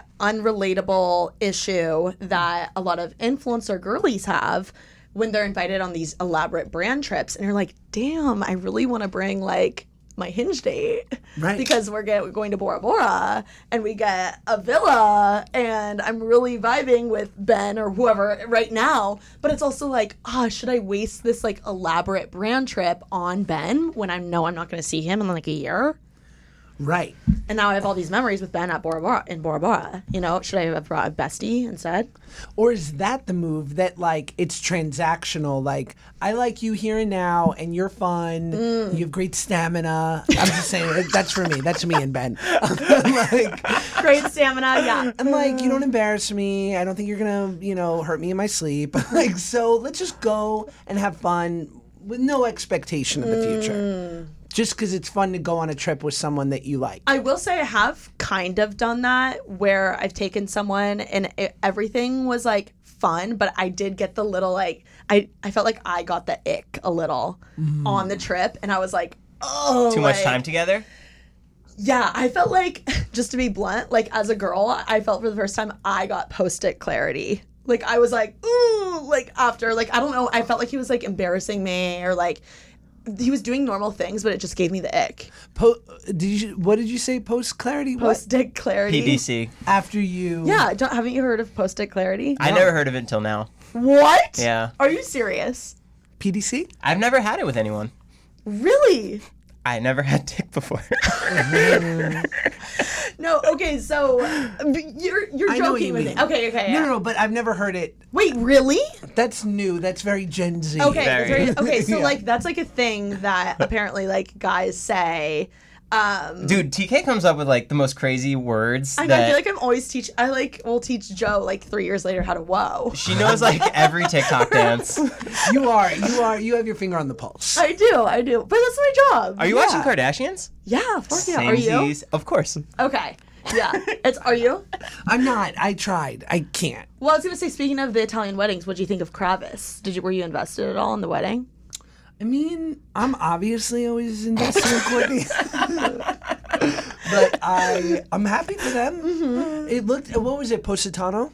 Speaker 4: unrelatable issue that a lot of influencer girlies have when they're invited on these elaborate brand trips and you're like, "Damn, I really want to bring like my hinge date
Speaker 2: Right.
Speaker 4: because we're get, going to Bora Bora and we get a villa and I'm really vibing with Ben or whoever right now but it's also like ah should I waste this like elaborate brand trip on Ben when I know I'm not going to see him in like a year
Speaker 2: Right.
Speaker 4: and now I have all these memories with Ben at Bora Bora in Bora Bora. You know, should I have brought a bestie instead?
Speaker 2: Or is that the move that like it's transactional? Like I like you here and now, and you're fun.
Speaker 4: Mm.
Speaker 2: You have great stamina. I'm just saying like, that's for me. That's me and Ben. like,
Speaker 4: Great stamina, yeah.
Speaker 2: I'm like you don't embarrass me. I don't think you're gonna you know hurt me in my sleep. like so, let's just go and have fun with no expectation of the future.
Speaker 4: Mm.
Speaker 2: Just because it's fun to go on a trip with someone that you like.
Speaker 4: I will say I have kind of done that where I've taken someone and it, everything was like fun, but I did get the little like I I felt like I got the ick a little on the trip, and I was like. Oh,
Speaker 3: Mm-hmm. Too much
Speaker 4: like-
Speaker 3: time together.
Speaker 4: Yeah, I felt like, just to be blunt, like as a girl, I felt for the first time I got post it clarity. Like I was like, ooh, like after, like I don't know, I felt like he was like embarrassing me or like he was doing normal things, but it just gave me the ick.
Speaker 2: Po- did you? What did you say? Post clarity. What
Speaker 4: Post it clarity.
Speaker 3: PDC.
Speaker 2: after you?
Speaker 4: Yeah, don't, haven't you heard of post it clarity?
Speaker 3: I never heard of it until now.
Speaker 4: what?
Speaker 3: Yeah.
Speaker 4: Are you serious?
Speaker 2: PDC.
Speaker 3: I've never had it with anyone.
Speaker 4: Really?
Speaker 3: I never had dick before.
Speaker 4: No. Okay. So but you're you're
Speaker 2: I
Speaker 4: joking
Speaker 2: know what you
Speaker 4: with
Speaker 2: mean.
Speaker 4: me. Okay. Okay.
Speaker 2: No,
Speaker 4: yeah.
Speaker 2: no, no, but I've never heard it.
Speaker 4: Wait. Really?
Speaker 2: That's new. That's very Gen Z.
Speaker 4: Okay, that's
Speaker 3: Very.
Speaker 4: very- okay. So
Speaker 2: Yeah.
Speaker 4: like that's like a thing that apparently like guys say. Um,
Speaker 3: Dude, TK comes up with like the most crazy words
Speaker 4: I,
Speaker 3: that
Speaker 4: I feel like I'm always teach. I like will teach Joe like three years later how to whoa.
Speaker 3: she knows like every TikTok dance.
Speaker 2: You are. You are. You have your finger on the pulse.
Speaker 4: I do, I do, but that's my job.
Speaker 3: Are you
Speaker 2: Yeah.
Speaker 3: watching Kardashians?
Speaker 4: yeah, of course. Yeah. Are you?
Speaker 3: Samesies. Of course.
Speaker 4: Okay. Yeah. It's are you?
Speaker 2: I'm not. I tried. I can't.
Speaker 4: Well, I was gonna say. Speaking of the Italian weddings, what do you think of Kravis? Did you were you invested at all in the wedding?
Speaker 2: I mean, I'm obviously always invested in Courtney. but I, I'm happy for them.
Speaker 4: Mm-hmm.
Speaker 2: It looked. What was it? Positano.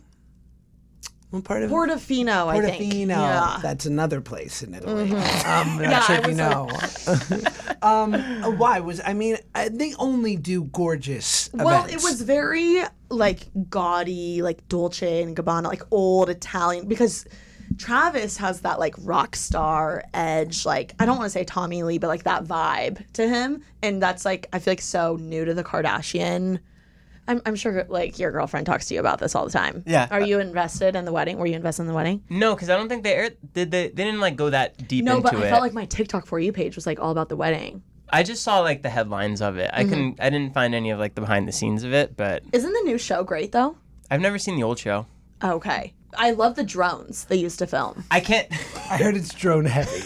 Speaker 2: What part of
Speaker 4: Portofino, I think.
Speaker 2: Portofino.
Speaker 4: Yeah. Mm-hmm.
Speaker 2: That's another place in Italy. Um, I'm not
Speaker 4: Yeah,
Speaker 2: sure
Speaker 4: I
Speaker 2: if you know. um, uh, why was I mean? I, they only do gorgeous.
Speaker 4: Well, it
Speaker 2: events.
Speaker 4: was very like gaudy, like Dolce and Gabbana, like old Italian because Travis has that like rock star edge, like I don't want to say Tommy Lee, but like that vibe to him, and that's like I feel like so new to the Kardashian. I'm, I'm sure like your girlfriend talks to you about this all the time.
Speaker 3: Yeah.
Speaker 4: Are you invested in the wedding? Were you invested in the wedding?
Speaker 3: No, because I don't think they aired, did. They, they didn't like go that deep
Speaker 4: No,
Speaker 3: into
Speaker 4: but I
Speaker 3: it.
Speaker 4: felt like my TikTok for you page was like all about the wedding.
Speaker 3: I just saw like the headlines of it. I
Speaker 4: Mm-hmm.
Speaker 3: couldn't. I didn't find any of like the behind the scenes of it. But
Speaker 4: Isn't the new show great though?
Speaker 3: I've never seen the old show.
Speaker 4: Okay. I love the drones they used to film.
Speaker 3: I can't.
Speaker 2: I heard it's drone heavy.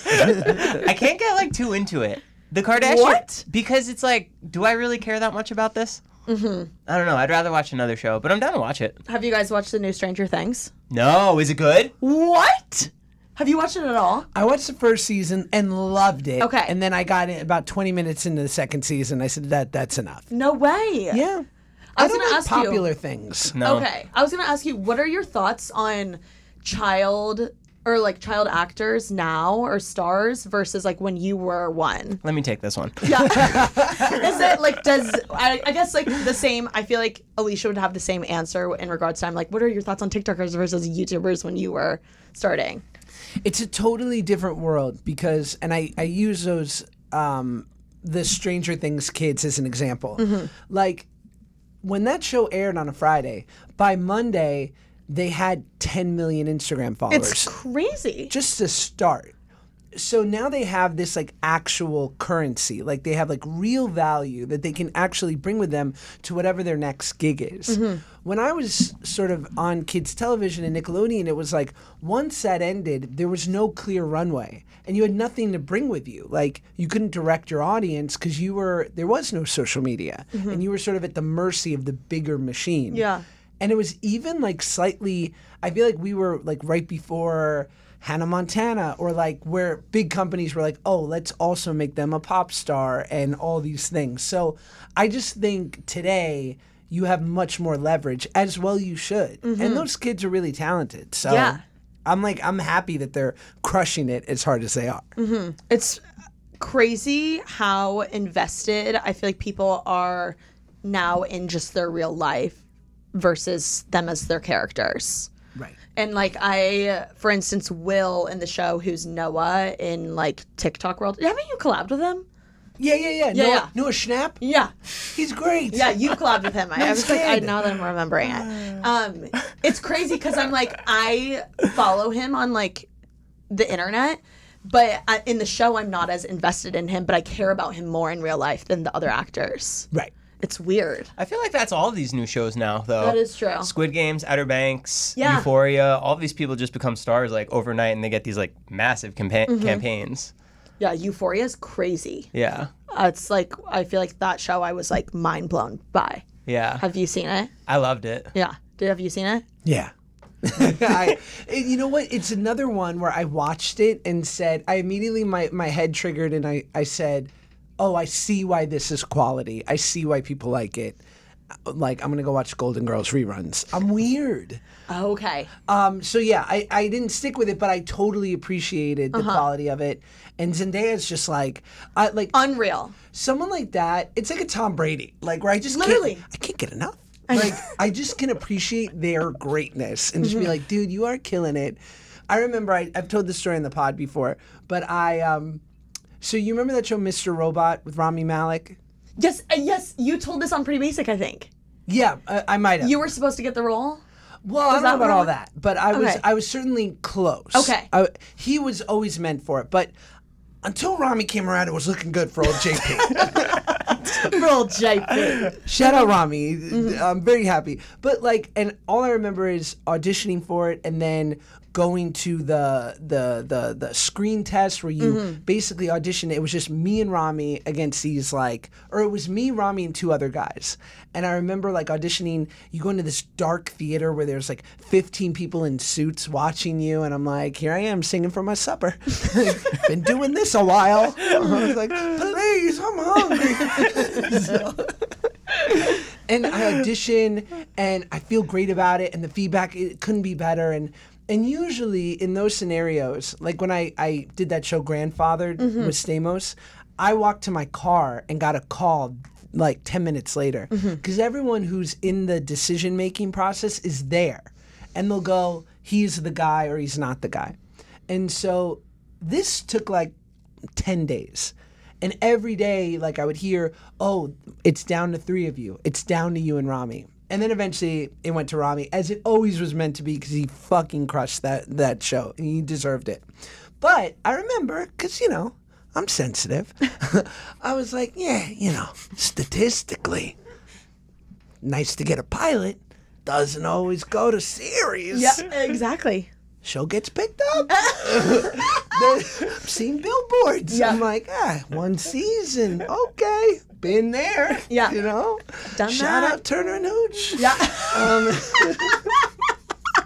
Speaker 3: I can't get like too into it. The Kardashians.
Speaker 4: What?
Speaker 3: Because it's like, do I really care that much about this? Mm-hmm. I don't know. I'd rather watch another show, but I'm down to watch it.
Speaker 4: Have you guys watched the new Stranger Things?
Speaker 3: No, is it good?
Speaker 4: What? Have you watched it at all?
Speaker 2: I watched the first season and loved it.
Speaker 4: Okay.
Speaker 2: And then I got it about 20 minutes into the second season. I said that that's enough.
Speaker 4: No way.
Speaker 2: Yeah.
Speaker 4: I was
Speaker 2: don't
Speaker 4: gonna
Speaker 2: like
Speaker 4: ask you-
Speaker 2: popular things.
Speaker 3: No.
Speaker 4: Okay. I was gonna ask you, what are your thoughts on child or like child actors now or stars versus like when you were one?
Speaker 3: Let me take this one.
Speaker 4: Is it like does I, I guess like the same? I feel like Alicia would have the same answer in regards to I'm like, what are your thoughts on TikTokers versus YouTubers when you were starting?
Speaker 2: It's a totally different world because, and I, I use those, um, the Stranger Things kids as an example.
Speaker 4: Mm-hmm.
Speaker 2: Like, when that show aired on a Friday, by Monday, they had 10 million Instagram followers.
Speaker 4: It's crazy.
Speaker 2: just to start. so now they have this like actual currency like they have like real value that they can actually bring with them to whatever their next gig is when i was sort of on kids television and nickelodeon it was like once that ended there was no clear runway and you had nothing to bring with you like you couldn't direct your audience because you were there was no social media and you were sort of at the mercy of the bigger machine
Speaker 4: Yeah.
Speaker 2: and it was even like slightly i feel like we were like right before hannah montana or like where big companies were like oh let's also make them a pop star and all these things so i just think today you have much more leverage as well you should and those kids are really talented so
Speaker 4: Mm-hmm. Yeah.
Speaker 2: i'm like i'm happy that they're crushing it as hard as they are
Speaker 4: It's crazy how invested I feel like people are now in just their real life versus them as their characters.
Speaker 2: right
Speaker 4: And like I, for instance, Will in the show, who's Noah in like TikTok world. Haven't you collabed with him?
Speaker 2: yeah yeah yeah
Speaker 4: Yeah,
Speaker 2: noah,
Speaker 4: yeah.
Speaker 2: noah schnapp
Speaker 4: Yeah,
Speaker 2: he's great
Speaker 4: yeah, you collabed with him. I, I was like, I
Speaker 2: kid.
Speaker 4: now that I'm remembering it, um, it's crazy because I'm like, I follow him on like the internet, but I, in the show, I'm not as invested in him, but I care about him more in real life than the other actors.
Speaker 2: right
Speaker 4: It's weird.
Speaker 3: I feel like that's all these new shows now, though.
Speaker 4: That is true.
Speaker 3: Squid Games, Outer Banks,
Speaker 4: Yeah.
Speaker 3: Euphoria. All these people just become stars like overnight, and they get these like massive campa-
Speaker 4: Mm-hmm.
Speaker 3: campaigns.
Speaker 4: Yeah, Euphoria is crazy.
Speaker 3: Yeah,
Speaker 4: Uh, it's like I feel like that show. I was like mind blown by.
Speaker 3: yeah.
Speaker 4: Have you seen it?
Speaker 3: I loved it.
Speaker 4: Yeah. Did have you seen it?
Speaker 2: Yeah. I, it- you know what? It's another one where I watched it and said, I immediately, my, my head triggered and I, I said, Oh, I see why this is quality. I see why people like it. Like, I'm going to go watch Golden Girls reruns. I'm weird.
Speaker 4: Okay.
Speaker 2: Um, so, yeah, I, I didn't stick with it, but I totally appreciated the quality of it. And Zendaya's just like, I like
Speaker 4: Unreal.
Speaker 2: someone like that, it's like a Tom Brady, like where I just
Speaker 4: Literally.
Speaker 2: can't, I can't get enough. Like I just can appreciate their greatness and just
Speaker 4: Mm-hmm.
Speaker 2: be like, dude, you are killing it. I remember I, I've told this story in the pod before, but I um, so you remember that show Mr. Robot with Rami Malik?
Speaker 4: Yes, uh, yes, you told this on Pretty Basic, I think.
Speaker 2: Yeah, I, I might have.
Speaker 4: You were supposed to get the role.
Speaker 2: Well, I don't
Speaker 4: that
Speaker 2: know about
Speaker 4: what
Speaker 2: all
Speaker 4: it-
Speaker 2: that, but I was
Speaker 4: Okay.
Speaker 2: I was certainly close.
Speaker 4: Okay.
Speaker 2: I- he was always meant for it, but until Rami came around, it was looking good for old JP.
Speaker 4: Role JP.
Speaker 2: Shout out Rami. I'm very happy. But like and all I remember is auditioning for it and then going to the the the, the screen test where you basically audition. It was just me and Rami against these like or it was me, Rami and two other guys. And I remember like auditioning, you go into this dark theater where there's like 15 people in suits watching you and I'm like, here I am singing for my supper. Been doing this a while. I was like, please, I'm hungry. So- and I audition and I feel great about it and the feedback it couldn't be better and and usually in those scenarios like when I I did that show grandfathered with Stamos I walked to my car and got a call like 10 minutes later because everyone who's in the decision making process is there and they'll go he's the guy or he's not the guy and so this took like 10 days. And every day, like I would hear, oh, it's down to three of you. It's down to you and Rami. And then eventually it went to Rami, as it always was meant to be, because he fucking crushed that, that show and he deserved it. But I remember, because, you know, I'm sensitive. I was like, yeah, you know, statistically, nice to get a pilot. Doesn't always go to series
Speaker 4: Yeah, exactly.
Speaker 2: show gets picked up. I've seen billboards.
Speaker 4: Yeah.
Speaker 2: I'm like, ah, one season. Okay. Been there.
Speaker 4: Yeah.
Speaker 2: You know?
Speaker 4: Done
Speaker 2: Shout
Speaker 4: that.
Speaker 2: out Turner and Hooch. Um,
Speaker 4: Yeah.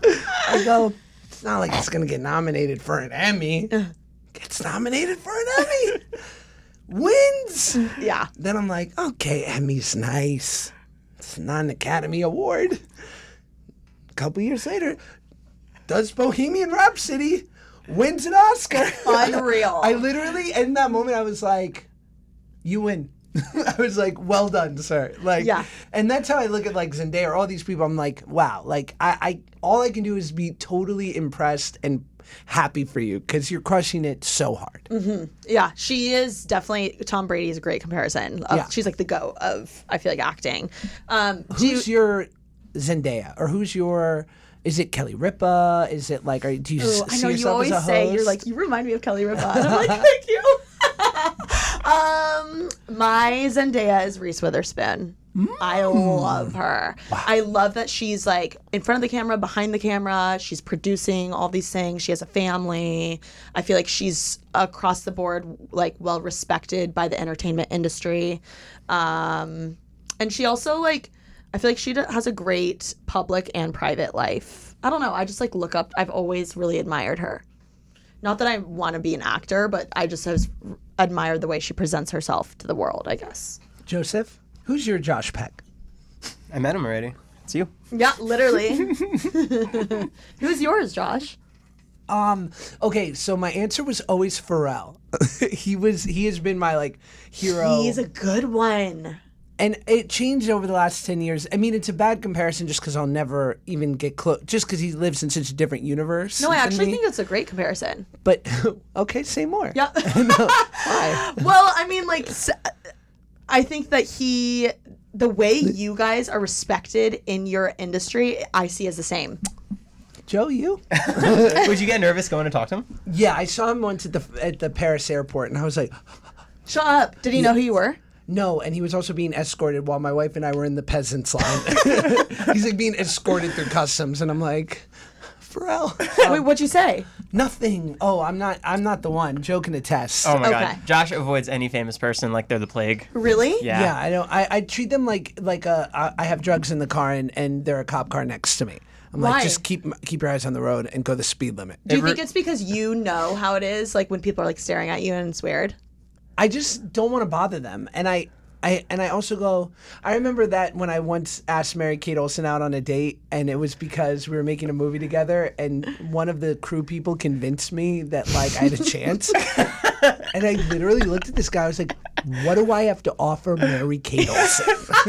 Speaker 2: I go, it's not like it's going to get nominated for an Emmy.
Speaker 4: Uh.
Speaker 2: Gets nominated for an Emmy. Wins.
Speaker 4: yeah.
Speaker 2: Then I'm like, okay, Emmy's nice. It's not an Academy Award. A couple years later, does Bohemian Rhapsody wins an Oscar?
Speaker 4: Unreal.
Speaker 2: I literally, in that moment, I was like, you win. I was like, well done, sir. Like,
Speaker 4: Yeah.
Speaker 2: And that's how I look at like Zendaya or all these people. I'm like, wow. Like, I, I all I can do is be totally impressed and happy for you because you're crushing it so hard.
Speaker 4: yeah, she is definitely Tom Brady is a great comparison. Of,
Speaker 2: Yeah.
Speaker 4: She's like the go of I feel like acting. Um do you-
Speaker 2: Who's your Zendaya or who's your Is it Kelly Ripa? Is it like, are, do you s-
Speaker 4: Ooh, I
Speaker 2: see
Speaker 4: know you
Speaker 2: yourself
Speaker 4: always
Speaker 2: as a
Speaker 4: say you're
Speaker 2: host?
Speaker 4: like you remind me of Kelly Ripa. And I'm like, thank you. um, my Zendaya is Reese Witherspoon. I
Speaker 2: Hmm.
Speaker 4: love her. I love that she's like in front of the camera, behind the camera. She's producing all these things. She has a family. I feel like she's across the board like well respected by the entertainment industry. Um, and she also like i feel like she d- has a great public and private life i don't know i just like look up i've always really admired her not that i want to be an actor but i just have admired the way she presents herself to the world i guess
Speaker 2: Joseph, who's your Josh Peck?
Speaker 3: I met him already. It's you.
Speaker 4: yeah literally who's yours josh
Speaker 2: Okay, so my answer was always Pharrell. he was he has been my like hero.
Speaker 4: he's a good one
Speaker 2: and it changed over the last 10 years. I mean, it's a bad comparison just because I'll never even get close, just because he lives in such a different universe.
Speaker 4: no i
Speaker 2: than
Speaker 4: actually
Speaker 2: me.
Speaker 4: think that's a great comparison
Speaker 2: But, okay, say more.
Speaker 4: Yeah. Well, I mean, like, s- I think that he, the way you guys are respected in your industry, I see as the same.
Speaker 2: Joe, you?
Speaker 3: Would you get nervous going to talk to him?
Speaker 2: yeah, I saw him once at the, at the Paris airport, and I was like,
Speaker 4: Shut up. Did he know who you were?
Speaker 2: no. And he was also being escorted while my wife and I were in the peasants line. He's like being escorted through customs, and I'm like, Pharrell.
Speaker 4: Wait, what'd you say?
Speaker 2: Nothing. Oh, I'm not. I'm not the one. Joe can attest.
Speaker 3: Oh my
Speaker 4: Okay.
Speaker 3: god. Josh avoids any famous person like they're the plague.
Speaker 4: Really?
Speaker 3: Yeah.
Speaker 2: Yeah, I don't. I, I treat them like like a, I, I have drugs in the car and, and they're a cop car next to me. I'm
Speaker 4: Why?
Speaker 2: like, just keep keep your eyes on the road and go the speed limit.
Speaker 4: Do you think it's because you know how it is, like when people are like staring at you and it's weird?
Speaker 2: I just don't want to bother them, and I. I, and I also go. I remember that when I once asked Mary Kate Olsen out on a date, and it was because we were making a movie together, and one of the crew people convinced me that like I had a chance. and I literally looked at this guy. I was like, "What do I have to offer Mary Kate Olsen?"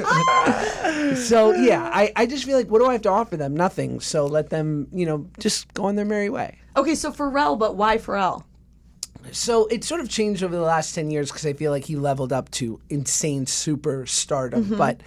Speaker 2: So yeah, I, I just feel like what do I have to offer them? Nothing. So let them, you know, just go on their merry way.
Speaker 4: Okay, so Pharrell, but why Pharrell?
Speaker 2: So it sort of changed over the last ten years because I feel like he leveled up to insane super stardom. But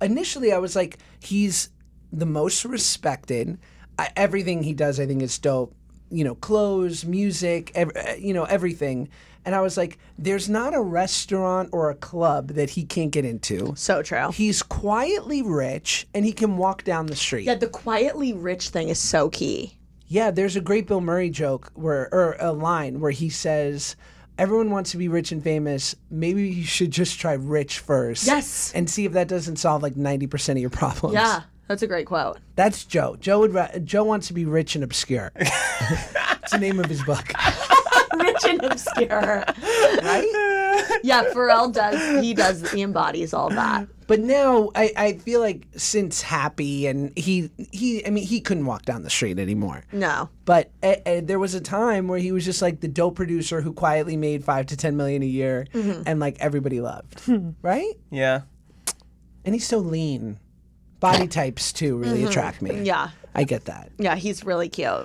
Speaker 2: initially, I was like, he's the most respected. I, everything he does, I think, is dope. You know, clothes, music, ev- eh, you know, everything. And I was like, there's not a restaurant or a club that he can't get into.
Speaker 4: So true.
Speaker 2: He's quietly rich and he can walk down the street.
Speaker 4: Yeah, the quietly rich thing is so key.
Speaker 2: Yeah, there's a great Bill Murray joke where, or a line where he says, "Everyone wants to be rich and famous. Maybe you should just try rich first.
Speaker 4: Yes.
Speaker 2: and see if that doesn't solve like ninety percent of your problems.
Speaker 4: Yeah, Ah, that's a great quote.
Speaker 2: that's Joe. Joe would. Ra- Joe wants to be rich and obscure. it's the name of his book,
Speaker 4: rich and obscure.
Speaker 2: right?
Speaker 4: Yeah, Pharrell does. He does. He embodies all that.
Speaker 2: But now I, I feel like since Happy and he he I mean he couldn't walk down the street anymore.
Speaker 4: No.
Speaker 2: But uh, uh, there was a time where he was just like the dope producer who quietly made five to ten million a year,
Speaker 4: Mm-hmm.
Speaker 2: and like everybody loved, right?
Speaker 3: Yeah.
Speaker 2: And he's so lean. Body types too really attract me.
Speaker 4: Mm-hmm. Yeah.
Speaker 2: I get that.
Speaker 4: Yeah, he's really cute.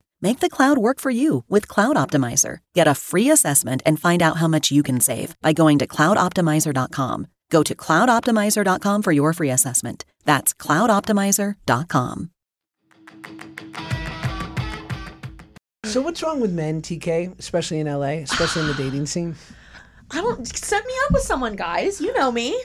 Speaker 5: Make the cloud work for you with Cloud Optimizer. Get a free assessment and find out how much you can save by going to cloudoptimizer.com. Go to cloudoptimizer.com for your free assessment. That's cloudoptimizer.com.
Speaker 2: So what's wrong with men, TK, especially in LA, especially in the dating scene?
Speaker 4: I don't set me up with someone, guys. You know me.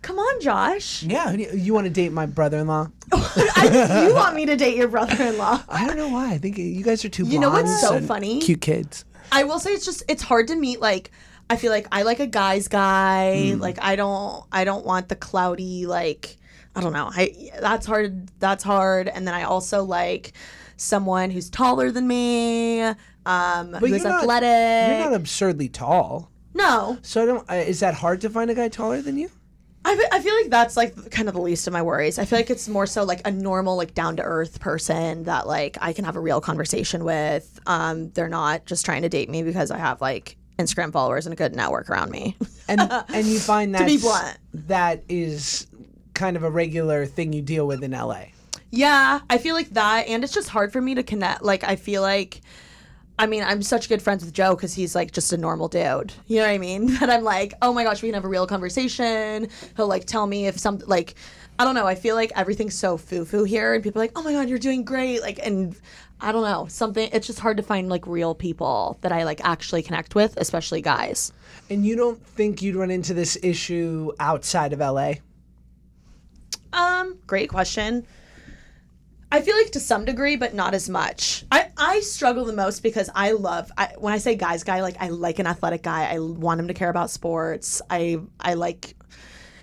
Speaker 4: Come on, Josh.
Speaker 2: Yeah, who do you, you want to date my brother-in-law?
Speaker 4: I, you want me to date your brother-in-law?
Speaker 2: I don't know why. I think you guys are too.
Speaker 4: You know what's
Speaker 2: blondes
Speaker 4: so
Speaker 2: and
Speaker 4: funny?
Speaker 2: Cute kids.
Speaker 4: I will say it's just it's hard to meet like I feel like I like a guy's guy.
Speaker 2: Mm.
Speaker 4: Like I don't I don't want the cloudy like I don't know. I that's hard that's hard and then I also like someone who's taller than me, um who's athletic.
Speaker 2: Not,
Speaker 4: Eh.
Speaker 2: you're not absurdly tall.
Speaker 4: no.
Speaker 2: So I don't. Uh, is that hard to find a guy taller than you?
Speaker 4: I, fe- I feel like that's like kind of the least of my worries. I feel like it's more so like a normal, like down to earth person that like I can have a real conversation with. Um, they're not just trying to date me because I have like Instagram followers and a good network around me.
Speaker 2: And and you find that
Speaker 4: be blunt.
Speaker 2: that is kind of a regular thing you deal with in LA.
Speaker 4: yeah, I feel like that, and it's just hard for me to connect. Like I feel like, I mean, I'm such good friends with Joe because he's like just a normal dude. You know what I mean? That I'm like, oh my gosh, we can have a real conversation. He'll like tell me if some like. I don't know. I feel like everything's so foo foo here, and people are like, "Oh my god, you're doing great!" Like, and I don't know, something. It's just hard to find like real people that I like actually connect with, especially guys.
Speaker 2: And you don't think you'd run into this issue outside of LA?
Speaker 4: Um, great question. I feel like to some degree, but not as much. I, I struggle the most because I love I, when I say guys guy, like I like an athletic guy. I want him to care about sports. I I like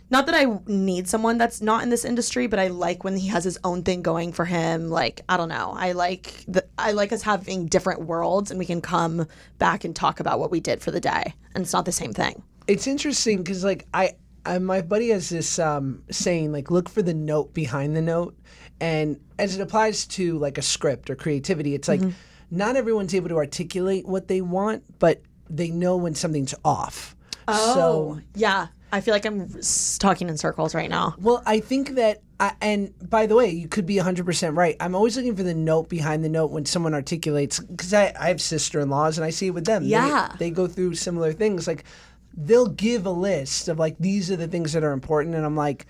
Speaker 4: not that I need someone that's not in this industry, but I like when he has his own thing going for him. Like I don't know, I like the, I like us having different worlds, and we can come back and talk about what we did for the day, and it's not the same thing.
Speaker 2: It's interesting because like I, I my buddy has this um, saying like look for the note behind the note, and as it applies to like a script or creativity, it's like
Speaker 4: Mm-hmm.
Speaker 2: not everyone's able to articulate what they want, but they know when something's off.
Speaker 4: Oh,
Speaker 2: so,
Speaker 4: yeah, I feel like I'm s- talking in circles right now.
Speaker 2: Well, I think that, I, and by the way, you could be 100% right. I'm always looking for the note behind the note when someone articulates, because I, I have sister in laws and I see it with them. They-
Speaker 4: Yeah.
Speaker 2: They, go through similar things. Like, they'll give a list of, like, these are the things that are important. And I'm like,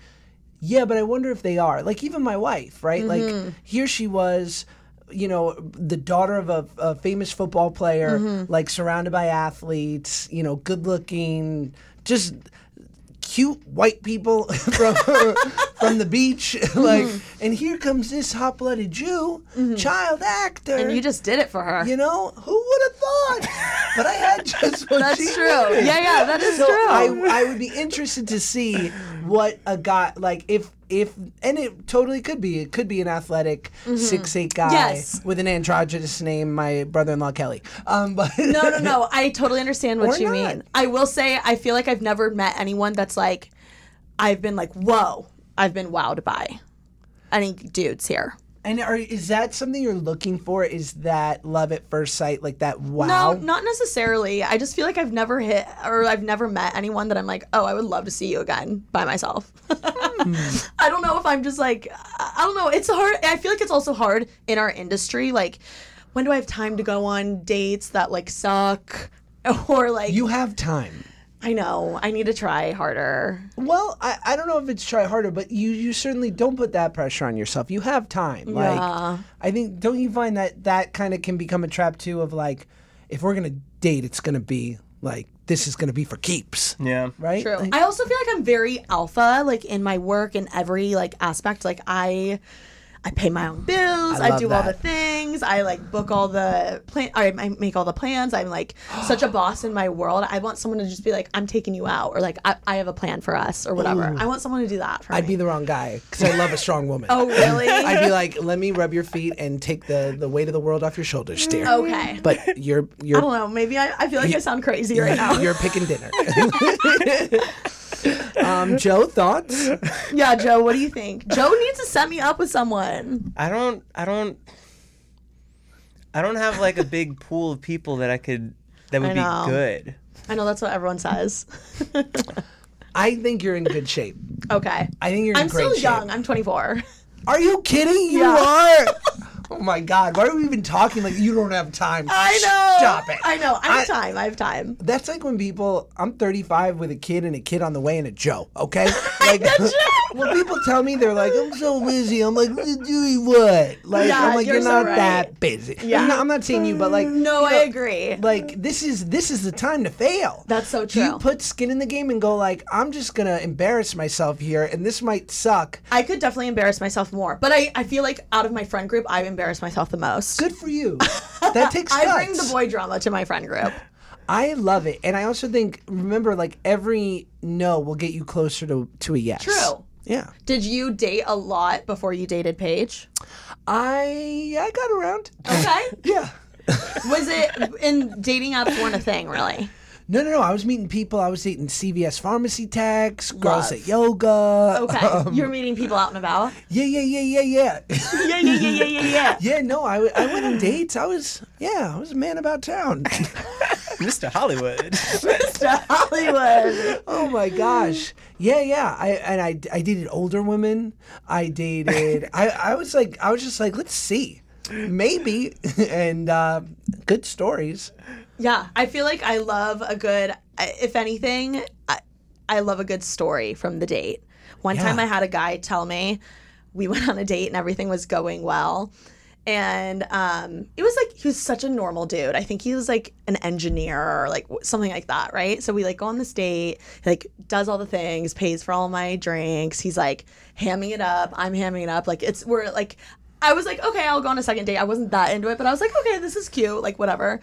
Speaker 2: yeah, but I wonder if they are. Like, even my wife, right?
Speaker 4: Mm-hmm.
Speaker 2: Like, here she was. You know, the daughter of a, a famous football player,
Speaker 4: Mm-hmm.
Speaker 2: like surrounded by athletes, you know, good looking, just cute white people from from the beach,
Speaker 4: Mm-hmm.
Speaker 2: like, and here comes this hot blooded Jew, child actor.
Speaker 4: And you just did it for her.
Speaker 2: you know, who would have thought? but I had just what
Speaker 4: That's
Speaker 2: she
Speaker 4: true.
Speaker 2: wanted.
Speaker 4: Yeah, yeah, that is
Speaker 2: so
Speaker 4: true.
Speaker 2: I, I would be interested to see what a guy like if if and it totally could be it could be an athletic six eight guy
Speaker 4: Mm-hmm. Yes.
Speaker 2: with an androgynous name. My brother in law Kelly. Um, but
Speaker 4: no, no, no. I totally understand
Speaker 2: Or
Speaker 4: what you
Speaker 2: not.
Speaker 4: mean. I will say, I feel like I've never met anyone that's like, I've been like, whoa, I've been wowed by any dudes here.
Speaker 2: And are, is that something you're looking for? Is that love at first sight, like that wow?
Speaker 4: No, not necessarily. I just feel like I've never hit or I've never met anyone that I'm like, oh, I would love to see you again by myself. Hmm. I don't know if I'm just like, I I don't know. It's hard. I feel like it's also hard in our industry. Like, when do I have time to go on dates that like suck? Or like,
Speaker 2: You have time.
Speaker 4: I know, I need to try harder.
Speaker 2: Well, I, I don't know if it's try harder, but you, you certainly don't put that pressure on yourself. You have time. Like I think don't you find that that kind of can become a trap too of like if we're gonna date, it's gonna be like this is gonna be for keeps,
Speaker 3: Yeah.
Speaker 2: right?
Speaker 4: True.
Speaker 2: Like,
Speaker 4: I also feel like I'm very alpha, like in my work and every like aspect. Like I, I pay my own bills.
Speaker 2: I
Speaker 4: I,
Speaker 2: love
Speaker 4: do all the
Speaker 2: that.
Speaker 4: things. I like book all the plan. I, I make all the plans. I'm like such a boss in my world. I want someone to just be like, I'm taking you out, or like I, I have a plan for us, or whatever. I want someone to do that for
Speaker 2: I'd
Speaker 4: me.
Speaker 2: be the wrong guy because I love a strong woman.
Speaker 4: oh really?
Speaker 2: I'd be like, let me rub your feet and take the, the weight of the world off your shoulders,
Speaker 4: Mm.
Speaker 2: dear.
Speaker 4: okay.
Speaker 2: But you're you're
Speaker 4: I don't know. Maybe I, I feel like I sound crazy right now.
Speaker 2: You're picking dinner. um, Joe, thoughts?
Speaker 4: yeah, Joe. What do you think? Joe needs to set me up with someone.
Speaker 3: I don't. I don't. I don't have like a big pool of people that I could. That would
Speaker 4: I
Speaker 3: be
Speaker 4: know.
Speaker 3: good.
Speaker 4: I know that's what everyone says.
Speaker 2: I think you're in good shape.
Speaker 4: Okay.
Speaker 2: I think you're in
Speaker 4: I'm
Speaker 2: great
Speaker 4: still
Speaker 2: shape.
Speaker 4: young. I'm 24.
Speaker 2: Are you kidding? You
Speaker 4: Yeah.
Speaker 2: are. Oh my God! Why are we even talking like you don't have time?
Speaker 4: I know.
Speaker 2: Stop it.
Speaker 4: I know. I have
Speaker 2: I-
Speaker 4: time. I have time.
Speaker 2: That's like when people. I'm 35 with a kid and a kid on the way and a Joe. Okay. Like when people tell me they're like, I'm so busy. I'm like, doing what? Like
Speaker 4: Yeah,
Speaker 2: I'm like, you're,
Speaker 4: you're so
Speaker 2: not
Speaker 4: right.
Speaker 2: that busy.
Speaker 4: Yeah. Mm,
Speaker 2: I'm not, I'm not saying you, but like,
Speaker 4: No,
Speaker 2: you
Speaker 4: I
Speaker 2: know,
Speaker 4: agree.
Speaker 2: like this is this is the time to fail.
Speaker 4: That's so
Speaker 2: You
Speaker 4: true.
Speaker 2: put skin in the game and go like, I'm just gonna embarrass myself here, and this might suck.
Speaker 4: I could definitely embarrass myself more, but I, I feel like out of my friend group, I embarrass myself the most.
Speaker 2: Good for you. That takes
Speaker 4: I
Speaker 2: guts.
Speaker 4: bring the boy drama to my friend group.
Speaker 2: I love it, and I also think remember like every no will get you closer to to a yes.
Speaker 4: True.
Speaker 2: Yeah.
Speaker 4: Did you date a lot before you dated Paige?
Speaker 2: I I got around.
Speaker 4: Okay.
Speaker 2: Yeah.
Speaker 4: was it in dating apps weren't a thing really?
Speaker 2: No, no, no. I was meeting people. I was dating CVS pharmacy techs, girls
Speaker 4: Love. Oh.
Speaker 2: at yoga.
Speaker 4: Okay. You're meeting people out and about.
Speaker 2: Yeah, yeah, yeah, yeah, yeah.
Speaker 4: Yeah, yeah, yeah, yeah, yeah, yeah.
Speaker 2: yeah, no, I, w- I went on dates. I was, yeah, I was a man about town.
Speaker 3: Mr. Hollywood.
Speaker 4: Mr. Hollywood.
Speaker 2: oh my gosh. Yeah, yeah. I and I, I dated older women. I dated. I, I was like, I was just like, let's see, maybe, and uh, good stories.
Speaker 4: Yeah, I feel like I love a good. I- If anything, I, I love a good story from the date. One time, I had a guy tell me we went on a date and everything was going well, and um, it was like he was such a normal dude. I think he was like an engineer or like w- something like that, right? So we like go on this date, he, like does all the things, pays for all my drinks. He's like hamming it up. I'm hamming it up. Like it's we're like. I was like, okay, I'll go on a second date. I wasn't that into it, but I was like, okay, this is cute, like whatever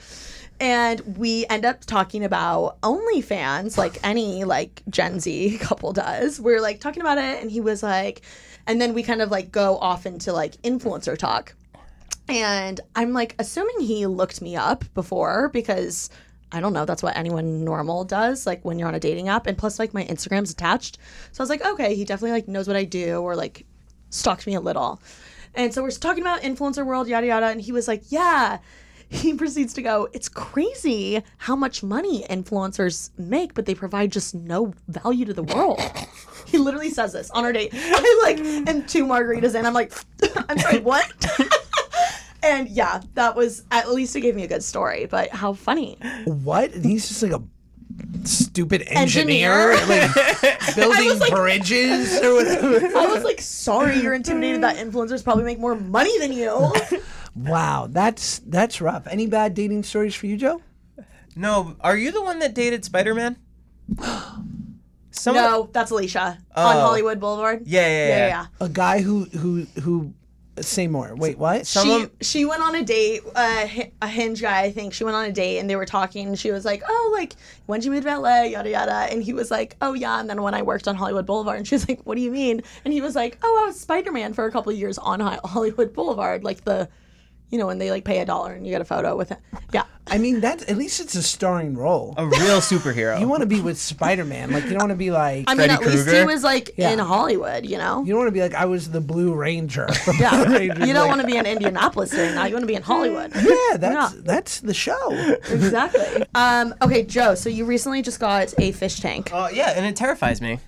Speaker 4: and we end up talking about OnlyFans, like any like Gen Z couple does. We're like talking about it, and he was like, and then we kind of like go off into like influencer talk. And I'm like assuming he looked me up before because I don't know, that's what anyone normal does, like when you're on a dating app. And plus like my Instagram's attached. So I was like, okay, he definitely like knows what I do or like stalked me a little. And so we're talking about influencer world, yada yada, and he was like, Yeah. He proceeds to go, It's crazy how much money influencers make, but they provide just no value to the world. he literally says this on our date. I like am two margaritas in. I'm like, I'm sorry, what? and yeah, that was at least it gave me a good story, but how funny.
Speaker 2: What? And he's just like a stupid engineer,
Speaker 4: Engineer.
Speaker 2: like building bridges or whatever.
Speaker 4: I was like, sorry, you're intimidated that influencers probably make more money than you.
Speaker 2: Wow, that's that's rough. Any bad dating stories for you, Joe?
Speaker 3: no, are you the one that dated Spider Man? Someone.
Speaker 4: no, that's Alicia on Hollywood Boulevard.
Speaker 3: Oh. Yeah, yeah, yeah.
Speaker 4: yeah. yeah.
Speaker 2: A guy who who who say more. Wait, what?
Speaker 3: Someone-
Speaker 4: she she went on a date, uh, hi- a hinge guy, I think. She went on a date and they were talking. And she was like, "Oh, like when'd you move to LA?" Yada yada. And he was like, "Oh yeah." And then when I worked on Hollywood Boulevard, and she was like, "What do you mean?" And he was like, "Oh, I was Spider Man for a couple of years on Hi- Hollywood Boulevard, like the, you know, when they like pay a dollar and you get a photo with it." Yeah,
Speaker 2: I mean, that's at least it's a starring role.
Speaker 3: A real superhero.
Speaker 2: You want to be with Spider Man, like you don't want to be like
Speaker 4: I mean,
Speaker 3: Freddy
Speaker 4: at least he
Speaker 3: Krueger?
Speaker 4: was like
Speaker 2: Yeah.
Speaker 4: in Hollywood, you know.
Speaker 2: you don't want to be like I was the Blue Ranger.
Speaker 4: yeah, you don't want to be in Indianapolis doing that. You want to be in Hollywood.
Speaker 2: yeah, that's that's the show.
Speaker 4: exactly. Um, okay, Joe. So you recently just got a fish tank.
Speaker 3: Uh, yeah, and it terrifies me.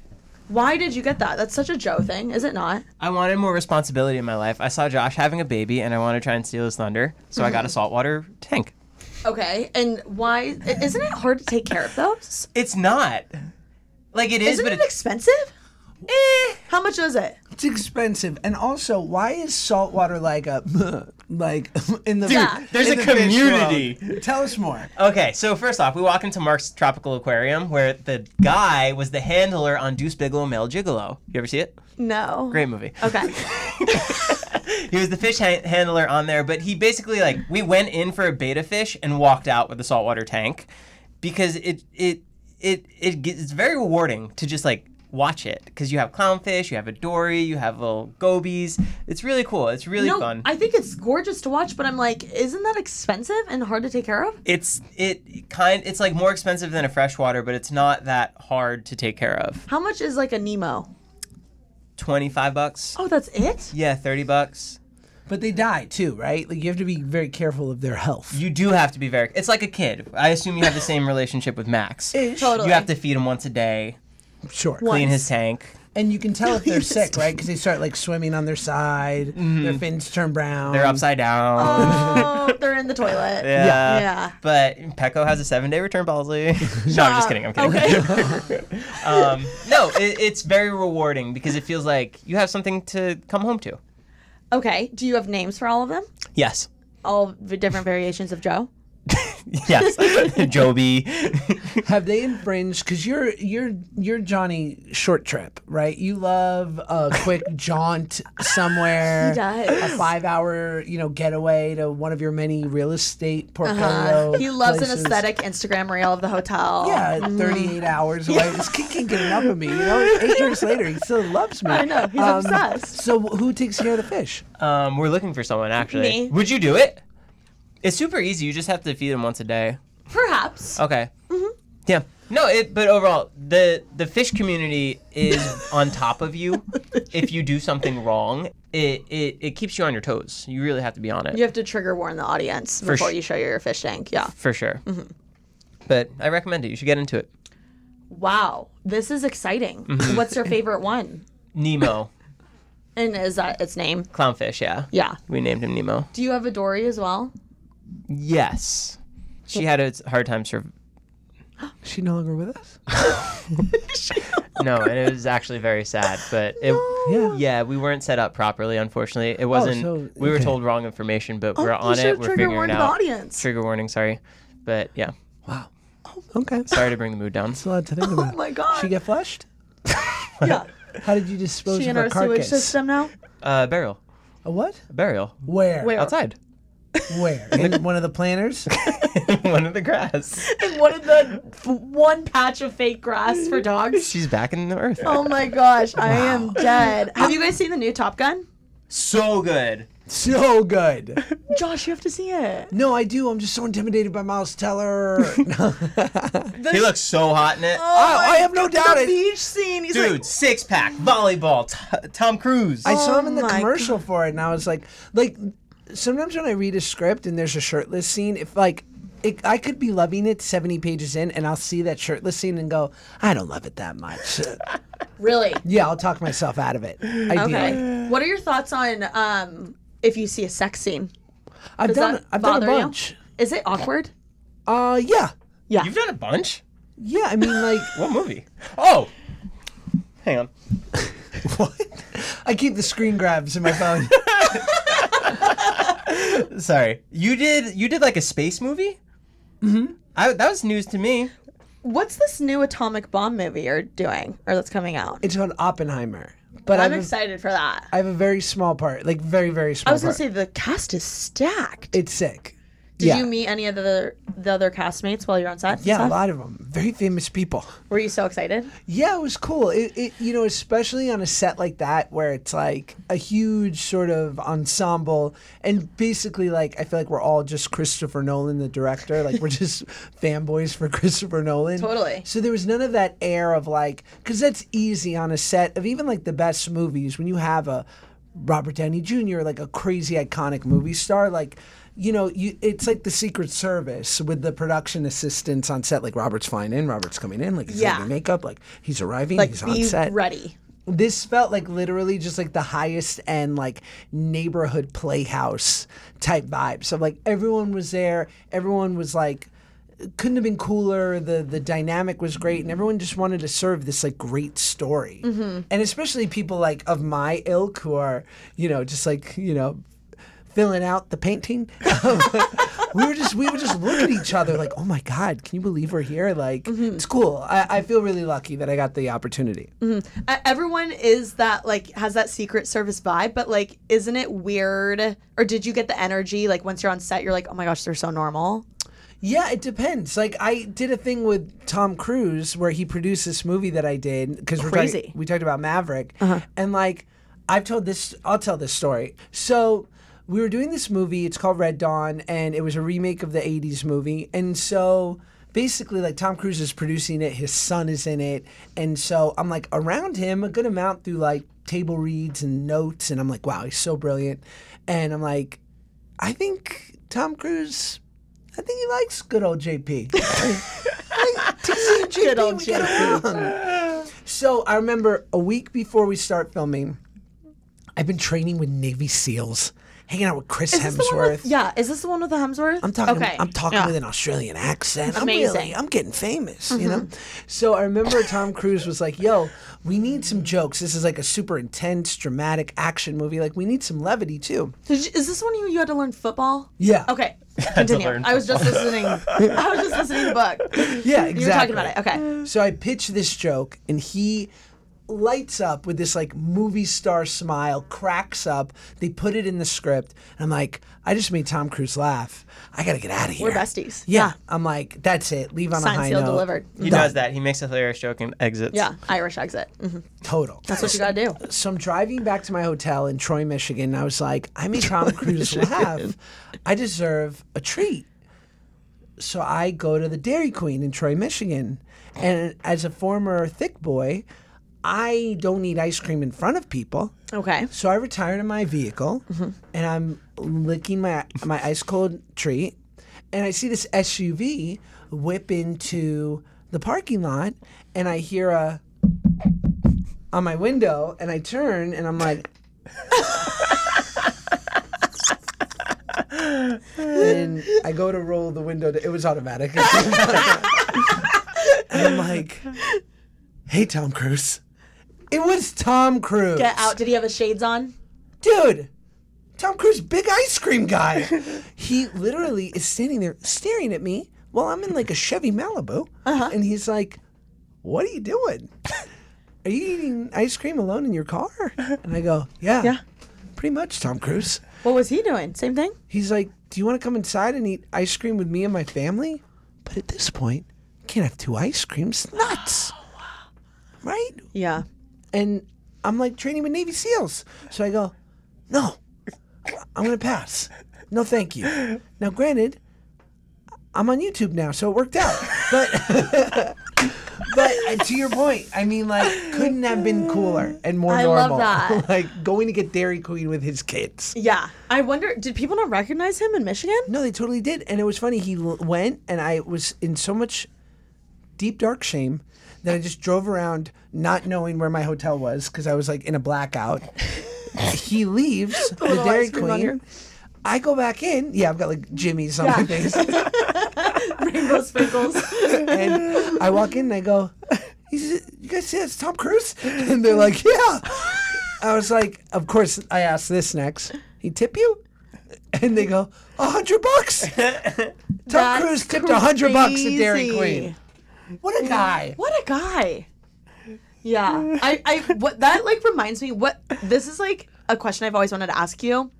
Speaker 4: Why did you get that? That's such a Joe thing, is it not?
Speaker 3: I wanted more responsibility in my life. I saw Josh having a baby, and I want to try and steal his thunder, so I got a saltwater tank.
Speaker 4: Okay, and why i- isn't it hard to take care of those?
Speaker 3: It's not. Like it is,
Speaker 4: Isn't
Speaker 3: but
Speaker 4: it
Speaker 3: it's
Speaker 4: expensive? Eh, how much is it?
Speaker 2: It's expensive, and also, why is saltwater like a like in the
Speaker 4: Yeah.
Speaker 3: there's
Speaker 2: in
Speaker 3: a
Speaker 2: the fish
Speaker 3: community.
Speaker 2: world? Tell us more.
Speaker 3: Okay, so first off, we walk into Mark's Tropical Aquarium where the guy was the handler on Deuce Bigelow Male Gigolo. You ever see it?
Speaker 4: No.
Speaker 3: Great movie.
Speaker 4: Okay.
Speaker 3: He was the fish ha- handler on there, but he basically like we went in for a beta fish and walked out with a saltwater tank because it it it it gets, it's very rewarding to just like watch it because you have clownfish, you have a dory, you have little gobies. It's really cool. It's really
Speaker 4: No,
Speaker 3: fun.
Speaker 4: I think it's gorgeous to watch, but I'm like, isn't that expensive and hard to take care of?
Speaker 3: it's it kind it's like more expensive than a freshwater, but it's not that hard to take care of.
Speaker 4: How much is like a Nemo?
Speaker 3: 25 bucks.
Speaker 4: Oh, that's it.
Speaker 3: Yeah, 30 bucks.
Speaker 2: But they die too, right? Like you have to be very careful of their health.
Speaker 3: You do have to be very. It's like a kid. I assume you have the same relationship with Max.
Speaker 4: Totally.
Speaker 3: You have to feed him once a day,
Speaker 2: Sure,
Speaker 3: clean his tank.
Speaker 2: and you can tell if they're sick, right? Because they start like swimming on their side, their fins turn brown.
Speaker 3: Mm-hmm.
Speaker 4: Um,
Speaker 3: They're upside down.
Speaker 4: Oh, they're in the toilet.
Speaker 3: yeah.
Speaker 4: Yeah.
Speaker 3: But Pecco has a seven day return policy. no, I'm just kidding. I'm kidding. um, no, it, it's very rewarding because it feels like you have something to come home to.
Speaker 4: Okay. Do you have names for all of them?
Speaker 3: Yes.
Speaker 4: All the different variations of Joe.
Speaker 3: yes, Joby.
Speaker 2: Have they infringed? Because you're you're you're Johnny Short Trip, right? You love a quick jaunt somewhere,
Speaker 4: He does.
Speaker 2: a five-hour you know getaway to one of your many real estate portfolio.
Speaker 4: Uh, he loves
Speaker 2: Oh, places.
Speaker 4: an aesthetic Mm-hmm. Instagram reel of the hotel.
Speaker 2: Yeah, 38 hours away. This kid can't get enough of me. You know, eight years later, he still loves me. Um,
Speaker 4: I know, he's obsessed.
Speaker 2: So who takes care of the fish?
Speaker 3: Um, we're looking for someone actually.
Speaker 4: Me.
Speaker 3: Would you do it? It's super easy. You just have to feed them once a day.
Speaker 4: Perhaps.
Speaker 3: Okay. Mm-hmm. Yeah. No, it. But overall, the the fish community is on top of you. If you do something wrong, it, it it keeps you on your toes. You really have to be on it
Speaker 4: You have to trigger warn the audience before
Speaker 3: sh-
Speaker 4: you show your fish tank. Yeah.
Speaker 3: for sure. But I recommend it. You should get into it.
Speaker 4: Wow. This is exciting. What's your favorite one?
Speaker 3: Nemo,
Speaker 4: And is that its name?
Speaker 3: clownfish. Yeah.
Speaker 4: Yeah.
Speaker 3: We named him Nemo.
Speaker 4: Do you have a Dory as well?
Speaker 3: Yes. She had a hard time sur-
Speaker 2: Is she no longer with us?
Speaker 3: No, and it was actually very sad. But it,
Speaker 2: Yeah.
Speaker 4: Oh,
Speaker 3: yeah. we weren't set up properly. Unfortunately, it wasn't.
Speaker 2: so-
Speaker 3: we were
Speaker 2: okay.
Speaker 3: told wrong information, but we're
Speaker 4: Oh, you
Speaker 3: on
Speaker 4: should
Speaker 3: it. We're
Speaker 4: trigger
Speaker 3: figuring
Speaker 4: warned
Speaker 3: it
Speaker 4: the
Speaker 3: out.
Speaker 4: audience.
Speaker 3: Trigger warning. Sorry, but yeah.
Speaker 2: Okay. That's
Speaker 3: Sorry to bring the mood down.
Speaker 2: a lot to think about.
Speaker 4: Oh my god.
Speaker 2: She get flushed?
Speaker 4: yeah.
Speaker 2: How did you dispose
Speaker 4: She
Speaker 2: of
Speaker 4: in
Speaker 2: her
Speaker 4: our sewage
Speaker 2: carcass?
Speaker 4: system now?
Speaker 3: Uh, burial.
Speaker 2: A what?
Speaker 3: Burial.
Speaker 2: Where?
Speaker 4: Where?
Speaker 3: Outside.
Speaker 2: Where? In one of the planners?
Speaker 3: One of the grass.
Speaker 4: What did the f- one patch of fake grass for dogs?
Speaker 3: She's back in the earth.
Speaker 4: Oh my gosh, I am dead. Have you guys seen the new Top Gun?
Speaker 3: So good.
Speaker 2: so good.
Speaker 4: Josh, you have to see it.
Speaker 2: No, I do. I'm just so intimidated by Miles Teller.
Speaker 4: Oh
Speaker 3: He looks so hot in it.
Speaker 2: I, I have no doubt.
Speaker 4: The
Speaker 2: I,
Speaker 4: beach scene. He's
Speaker 3: Dude,
Speaker 4: like,
Speaker 3: six pack, volleyball, t- Tom Cruise.
Speaker 2: I saw him in the
Speaker 4: Oh my
Speaker 2: commercial for it, and I was like, like sometimes when I read a script and there's a shirtless scene, if like. It, I could be loving it 70 pages in, and I'll see that shirtless scene and go, I don't love it that much.
Speaker 4: really?
Speaker 2: yeah, I'll talk myself out of it. I
Speaker 4: Okay. What are your thoughts on um, if you see a sex scene?
Speaker 2: I've
Speaker 4: Does
Speaker 2: done,
Speaker 4: that
Speaker 2: I've done a
Speaker 4: bother you?
Speaker 2: bunch.
Speaker 4: Is it awkward?
Speaker 2: Uh, yeah.
Speaker 3: You've done a bunch.
Speaker 2: Yeah, I mean, like,
Speaker 3: What movie? Oh, hang on.
Speaker 2: I keep the screen grabs in my phone.
Speaker 3: Sorry. You did you did like a space movie? Mm-hmm. I, that was news to me.
Speaker 4: What's this new atomic bomb movie you're doing or that's coming out?
Speaker 2: it's on Oppenheimer, but
Speaker 4: I'm
Speaker 2: I'm
Speaker 4: excited for that.
Speaker 2: I have a very small part, like very very small.
Speaker 4: I was gonna
Speaker 2: part.
Speaker 4: say the cast is stacked.
Speaker 2: it's sick.
Speaker 4: Did
Speaker 2: yeah.
Speaker 4: you meet any of the the other castmates while you're on set? and
Speaker 2: yeah, a
Speaker 4: stuff?
Speaker 2: lot of them, very famous people.
Speaker 4: Were you so excited?
Speaker 2: Yeah, it was cool. It, it you know, especially on a set like that where it's like a huge sort of ensemble and basically like I feel like we're all just Christopher Nolan the director, like we're just fanboys for Christopher Nolan.
Speaker 4: Totally.
Speaker 2: So there was none of that air of like cuz that's easy on a set of even like the best movies when you have a Robert Downey Jr., like a crazy iconic movie star, like you know, you it's like the Secret Service with the production assistants on set. Like Robert's flying in, Robert's coming in, like he's
Speaker 4: Yeah.
Speaker 2: yeah. makeup, like he's arriving,
Speaker 4: Like,
Speaker 2: he's on
Speaker 4: be
Speaker 2: set.
Speaker 4: ready.
Speaker 2: This felt like literally just like the highest end, like neighborhood playhouse type vibe. So like everyone was there, everyone was like couldn't have been cooler. The the dynamic was great, and everyone just wanted to serve this like great story. And especially people like of my ilk who are you know just like you know filling out the painting. we were just we would just look at each other like, oh my god, can you believe we're here? Like it's cool. I, I feel really lucky that I got the opportunity.
Speaker 4: Uh, everyone is that like has that secret service vibe, but like, isn't it weird? Or did you get the energy like once you're on set, you're like, oh my gosh, they're so normal.
Speaker 2: Yeah, it depends. Like I did a thing with Tom Cruise where he produced this movie that I did because we're
Speaker 4: Crazy.
Speaker 2: talking, we talked about Maverick and like I've told this I'll tell this story. So we were doing this movie. It's called Red Dawn and it was a remake of the '80s movie. And so basically, like Tom Cruise is producing it. His son is in it, and so I'm like around him a good amount through like table reads and notes. And I'm like, wow, he's so brilliant. And I'm like, I think Tom Cruise. I think he likes good old JP. I think TC and JP,
Speaker 4: Good old
Speaker 2: we get along. So I remember a week before we start filming, I've been training with Navy SEALs. hanging out with Chris
Speaker 4: Is this the one
Speaker 2: Hemsworth.
Speaker 4: with, yeah, is this the one with the Hemsworth?
Speaker 2: I'm talking.
Speaker 4: Okay.
Speaker 2: I'm talking
Speaker 4: Yeah.
Speaker 2: with an Australian accent. I'm
Speaker 4: Amazing. Mm-hmm.
Speaker 2: really. I'm getting famous. You know. So I remember Tom Cruise was like, "Yo, we need some jokes. This is like a super intense, dramatic action movie. Like we need some levity too."
Speaker 4: Did you- is this when you, you had to learn football?
Speaker 2: Yeah.
Speaker 4: Okay. Continue.
Speaker 3: learn
Speaker 4: I was just listening. I was just listening to the book.
Speaker 2: Yeah.
Speaker 4: You were
Speaker 2: Exactly.
Speaker 4: talking about it. Okay.
Speaker 2: So I pitch this joke, and he lights up with this like movie star smile, cracks up. They put it in the script, and I'm like, I just made Tom Cruise laugh. I gotta get out of here.
Speaker 4: We're besties.
Speaker 2: Yeah. I'm like, that's it. Leave on a
Speaker 4: Signed,
Speaker 2: high
Speaker 4: sealed,
Speaker 2: note.
Speaker 4: delivered.
Speaker 3: He does that. He makes a hilarious joke and exits.
Speaker 4: Yeah. Irish exit. Mhm.
Speaker 2: Total.
Speaker 4: That's what you got to do.
Speaker 2: so I'm driving back to my hotel in Troy, Michigan. And I was like, I made Tom Cruise laugh. I deserve a treat. So I go to the Dairy Queen in Troy, Michigan. And as a former thick boy, I don't eat ice cream in front of people.
Speaker 4: Okay.
Speaker 2: So I retire to my vehicle
Speaker 4: Mm-hmm.
Speaker 2: and I'm licking my my ice cold treat and I see this SUV whip into the parking lot and I hear a on my window and I turn and I'm like and I go to roll the window to, it was automatic. and I'm like, "Hey Tom Cruise." It was Tom Cruise
Speaker 4: Get out. Did he have his shades on?
Speaker 2: dude tom cruise big ice cream guy he literally is standing there staring at me while i'm in like a chevy malibu and he's like what are you doing are you eating ice cream alone in your car and i go yeah
Speaker 4: Yeah.
Speaker 2: pretty much tom cruise
Speaker 4: What was he doing? Same thing?
Speaker 2: he's like do you want to come inside and eat ice cream with me and my family but at this point can't have two ice creams nuts right
Speaker 4: Yeah.
Speaker 2: and I'm like training with Navy SEALs. So I go, no, I'm gonna pass. No, thank you. Now, granted, I'm on YouTube now, so it worked out. But but to your point, I mean, like, couldn't have been cooler and more
Speaker 4: I love
Speaker 2: normal.
Speaker 4: that.
Speaker 2: like going to get Dairy Queen with his kids.
Speaker 4: Yeah. I wonder, did people not recognize him in Michigan?
Speaker 2: No, they totally did, and it was funny. He l- went, and I was in so much deep dark shame that I just drove around not knowing where my hotel was because I was like in a blackout. he leaves the,
Speaker 4: little
Speaker 2: Dairy
Speaker 4: ice cream on your-
Speaker 2: Queen. I go back in. Yeah, I've got like Jimmy's on my face.
Speaker 4: Rainbow sprinkles.
Speaker 2: and I walk in and I go, he says, You guys see that's Tom Cruise? And they're like, Yeah. I was like, Of course, I asked this next. He tip you? And they go, A hundred bucks. Tom
Speaker 4: That's
Speaker 2: Cruise tipped a hundred bucks at Dairy
Speaker 4: crazy.
Speaker 2: Queen. What a guy.
Speaker 4: What a guy. Yeah. I, I what that like reminds me what this is like a question I've always wanted to ask you.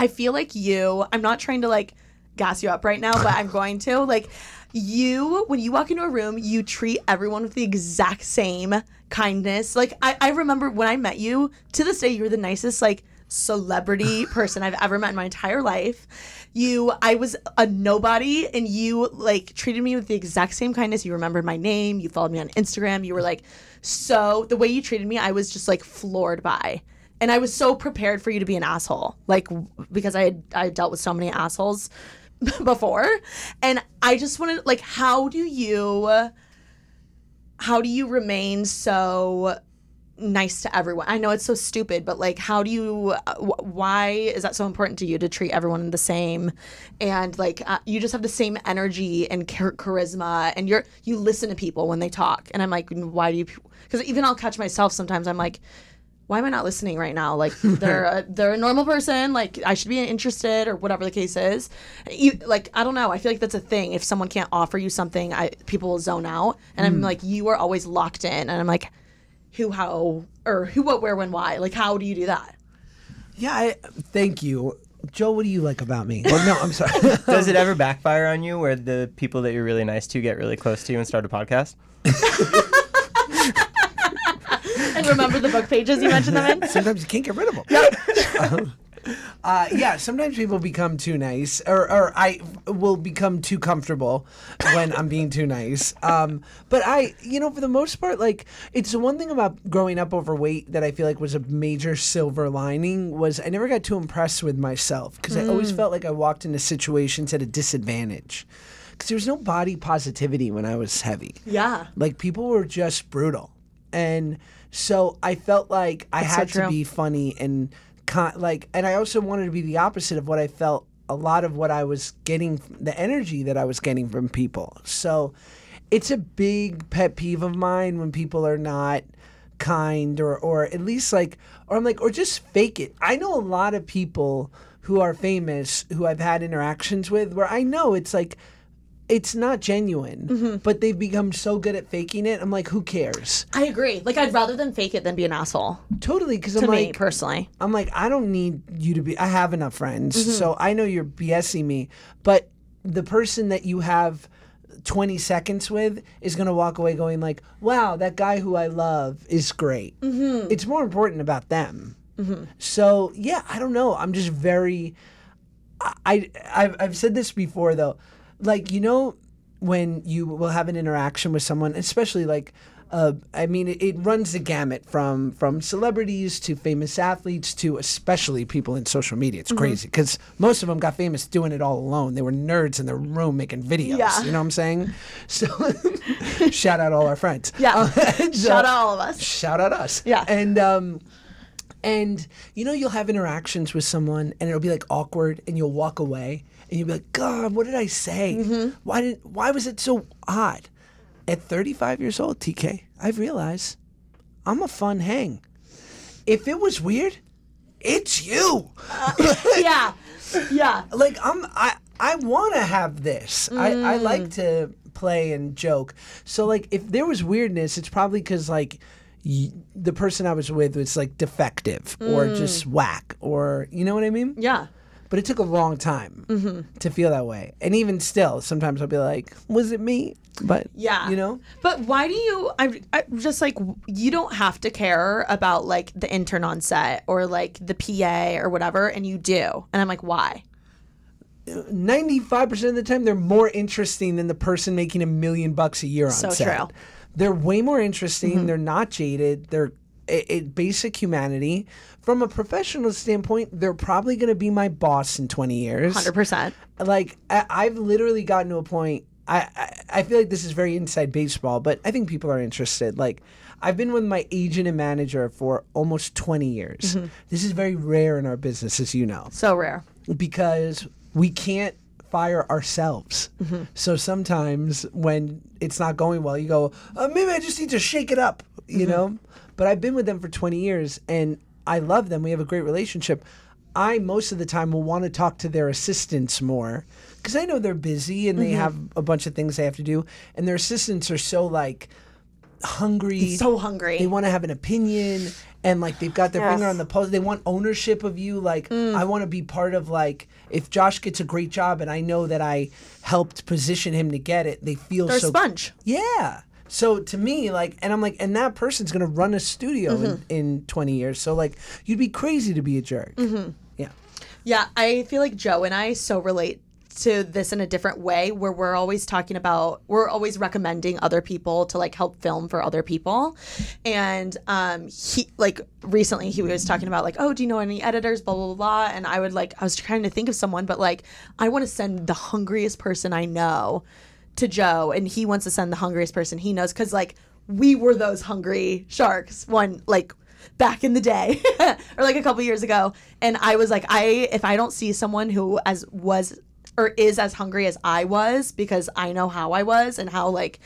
Speaker 4: I feel like you, I'm not trying to like gas you up right now, but I'm going to. Like you, when you walk into a room, you treat everyone with the exact same kindness. Like I, I remember when I met you, to this day you were the nicest like celebrity person I've ever met in my entire life. You I was a nobody and you like treated me with the exact same kindness. You remembered my name, you followed me on Instagram, you were like so the way you treated me, I was just like floored by and I was so prepared for you to be an asshole, like w- because I had I had dealt with so many assholes before, and I just wanted like, how do you, how do you remain so nice to everyone? I know it's so stupid, but like, how do you? uh, wh- Why is that so important to you to treat everyone the same, and like uh, you just have the same energy and char- charisma, and you're you listen to people when they talk, and I'm like, why do you? Because even I'll catch myself sometimes. I'm like why am I not listening right now? Like they're a, they're a normal person. Like I should be interested or whatever the case is. E- Like I don't know. I feel like that's a thing. If someone can't offer you something, I people will zone out. And
Speaker 2: Hmm.
Speaker 4: I'm like, you are always locked in. And I'm like, who, how, or who, what, where, when, why? Like how do you do that?
Speaker 2: Yeah, I, thank you. Joe, what do you like about me? Or no, I'm sorry.
Speaker 3: Does it ever backfire on you where the people that you're really nice to get really close to you and start a podcast?
Speaker 4: And remember the book pages you mentioned them in.
Speaker 2: sometimes you can't get rid of them. uh, yeah, sometimes people become too nice, or, or I will become too comfortable when I'm being too nice. Um, but I, you know, for the most part, like it's the one thing about growing up overweight that I feel like was a major silver lining was I never got too impressed with myself because I always felt like I walked into situations at a disadvantage because there was no body positivity when I was heavy.
Speaker 4: Yeah.
Speaker 2: Like people were just brutal. And so I felt like I had
Speaker 4: true.
Speaker 2: to be funny and con- like and I also wanted to be the opposite of what I felt a lot of what I was getting the energy that I was getting from people. So it's a big pet peeve of mine when people are not kind or or at least like or I'm like or just fake it. I know a lot of people who are famous who I've had interactions with where I know it's like it's not genuine,
Speaker 4: Mm-hmm.
Speaker 2: but they've become so good at faking it. I'm like, who cares?
Speaker 4: I agree. Like I'd rather them fake it than be an asshole.
Speaker 2: Totally, because I'm
Speaker 4: To me
Speaker 2: like,
Speaker 4: personally,
Speaker 2: I'm like, I don't need you to be. I have enough friends,
Speaker 4: Mm-hmm.
Speaker 2: so I know you're BSing me. But the person that you have 20 seconds with is gonna walk away going like, "Wow, that guy who I love is great." Mm-hmm. It's more important about them.
Speaker 4: Mm-hmm.
Speaker 2: So yeah, I don't know. I'm just very. I I've, I've said this before though, like you know when you will have an interaction with someone, especially like. Uh, I mean, it, it runs the gamut from from celebrities to famous athletes to especially people in social media.
Speaker 4: Mm-hmm.
Speaker 2: It's crazy because most of them got famous doing it all alone. They were nerds in their room making videos.
Speaker 4: Yeah.
Speaker 2: You know what I'm saying? So, shout out all our friends.
Speaker 4: Yeah.
Speaker 2: and, uh,
Speaker 4: shout out all of us.
Speaker 2: shout out us.
Speaker 4: Yeah.
Speaker 2: And um and you know you'll have interactions with someone and it'll be like awkward and you'll walk away and you'll be like, God, what did I say? Why did why was it so odd? At thirty five years old, TK, I've realized I'm a fun hang. If it was weird, it's you.
Speaker 4: Yeah, yeah.
Speaker 2: like I'm I I want to have this. I I
Speaker 4: Mm.
Speaker 2: like to play and joke. So like if there was weirdness, it's probably cuz like y- the person I was with was like defective or just whack or you know what I mean?
Speaker 4: Mm. Yeah. Mm-hmm.
Speaker 2: But it took a long time to feel that way. And even still, sometimes I'll be like, was it me? But
Speaker 4: Yeah.
Speaker 2: you know?
Speaker 4: But why do you? I, I just like you don't have to care about like the intern on set or like the PA or whatever, and you do. And I'm like, why?
Speaker 2: 95% of the time they're more interesting than the person making a million bucks a year on
Speaker 4: So
Speaker 2: set.
Speaker 4: true. Mm-hmm.
Speaker 2: They're way more interesting, they're not jaded, they're it, it basic humanity. From a professional standpoint, they're probably going to be my boss in 20 years
Speaker 4: Hundred percent.
Speaker 2: like I, I've literally gotten to a point. I, I I feel like this is very inside baseball, but I think people are interested. Like I've been with my agent and manager for almost twenty years.
Speaker 4: Mm-hmm.
Speaker 2: This is very rare in our business, as you know,
Speaker 4: So rare.
Speaker 2: because we can't fire ourselves.
Speaker 4: Mm-hmm.
Speaker 2: So sometimes when it's not going well, you go, uh, maybe I just need to shake it up,
Speaker 4: Mm-hmm.
Speaker 2: you know. But I've been with them for twenty years, and I love them. We have a great relationship. I most of the time will want to talk to their assistants more because I know they're busy and they
Speaker 4: Mm-hmm.
Speaker 2: have a bunch of things they have to do, and their assistants are so like hungry,
Speaker 4: So hungry.
Speaker 2: they want to have an opinion and like they've got their finger on the pulse. They want ownership of you. Like
Speaker 4: Mm.
Speaker 2: I want to be part of like if Josh gets a great job and I know that I helped position him to get it, they feel
Speaker 4: They're a
Speaker 2: so
Speaker 4: sponge.
Speaker 2: yeah. So to me, like, and I'm like, and that person's gonna run a studio
Speaker 4: Mm-hmm.
Speaker 2: in, in 20 years. So like, you'd be crazy to be a jerk. Yeah.
Speaker 4: Yeah, I feel like Joe and I so relate to this in a different way where we're always talking about we're always recommending other people to like help film for other people and um he like recently he was talking about like oh do you know any editors blah blah blah, blah and I would like I was trying to think of someone but like I want to send the hungriest person I know to Joe and he wants to send the hungriest person he knows cuz like we were those hungry sharks one like back in the day or like a couple years ago and i was like i if i don't see someone who as was or is as hungry as i was because i know how i was and how like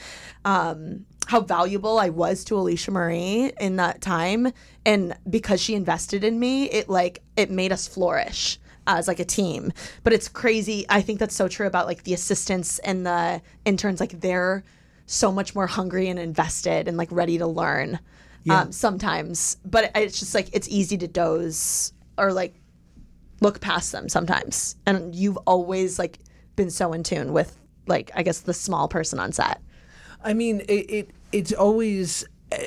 Speaker 4: um how valuable i was to alicia marie in that time and because she invested in me it like it made us flourish as like a team but it's crazy i think that's so true about like the assistants and the interns like they're so much more hungry and invested and like ready to learn um, sometimes. But it's just like it's easy to doze or like look past them sometimes. And you've always like been so in tune with like I guess the small person on set.
Speaker 2: I mean, it, it it's always uh,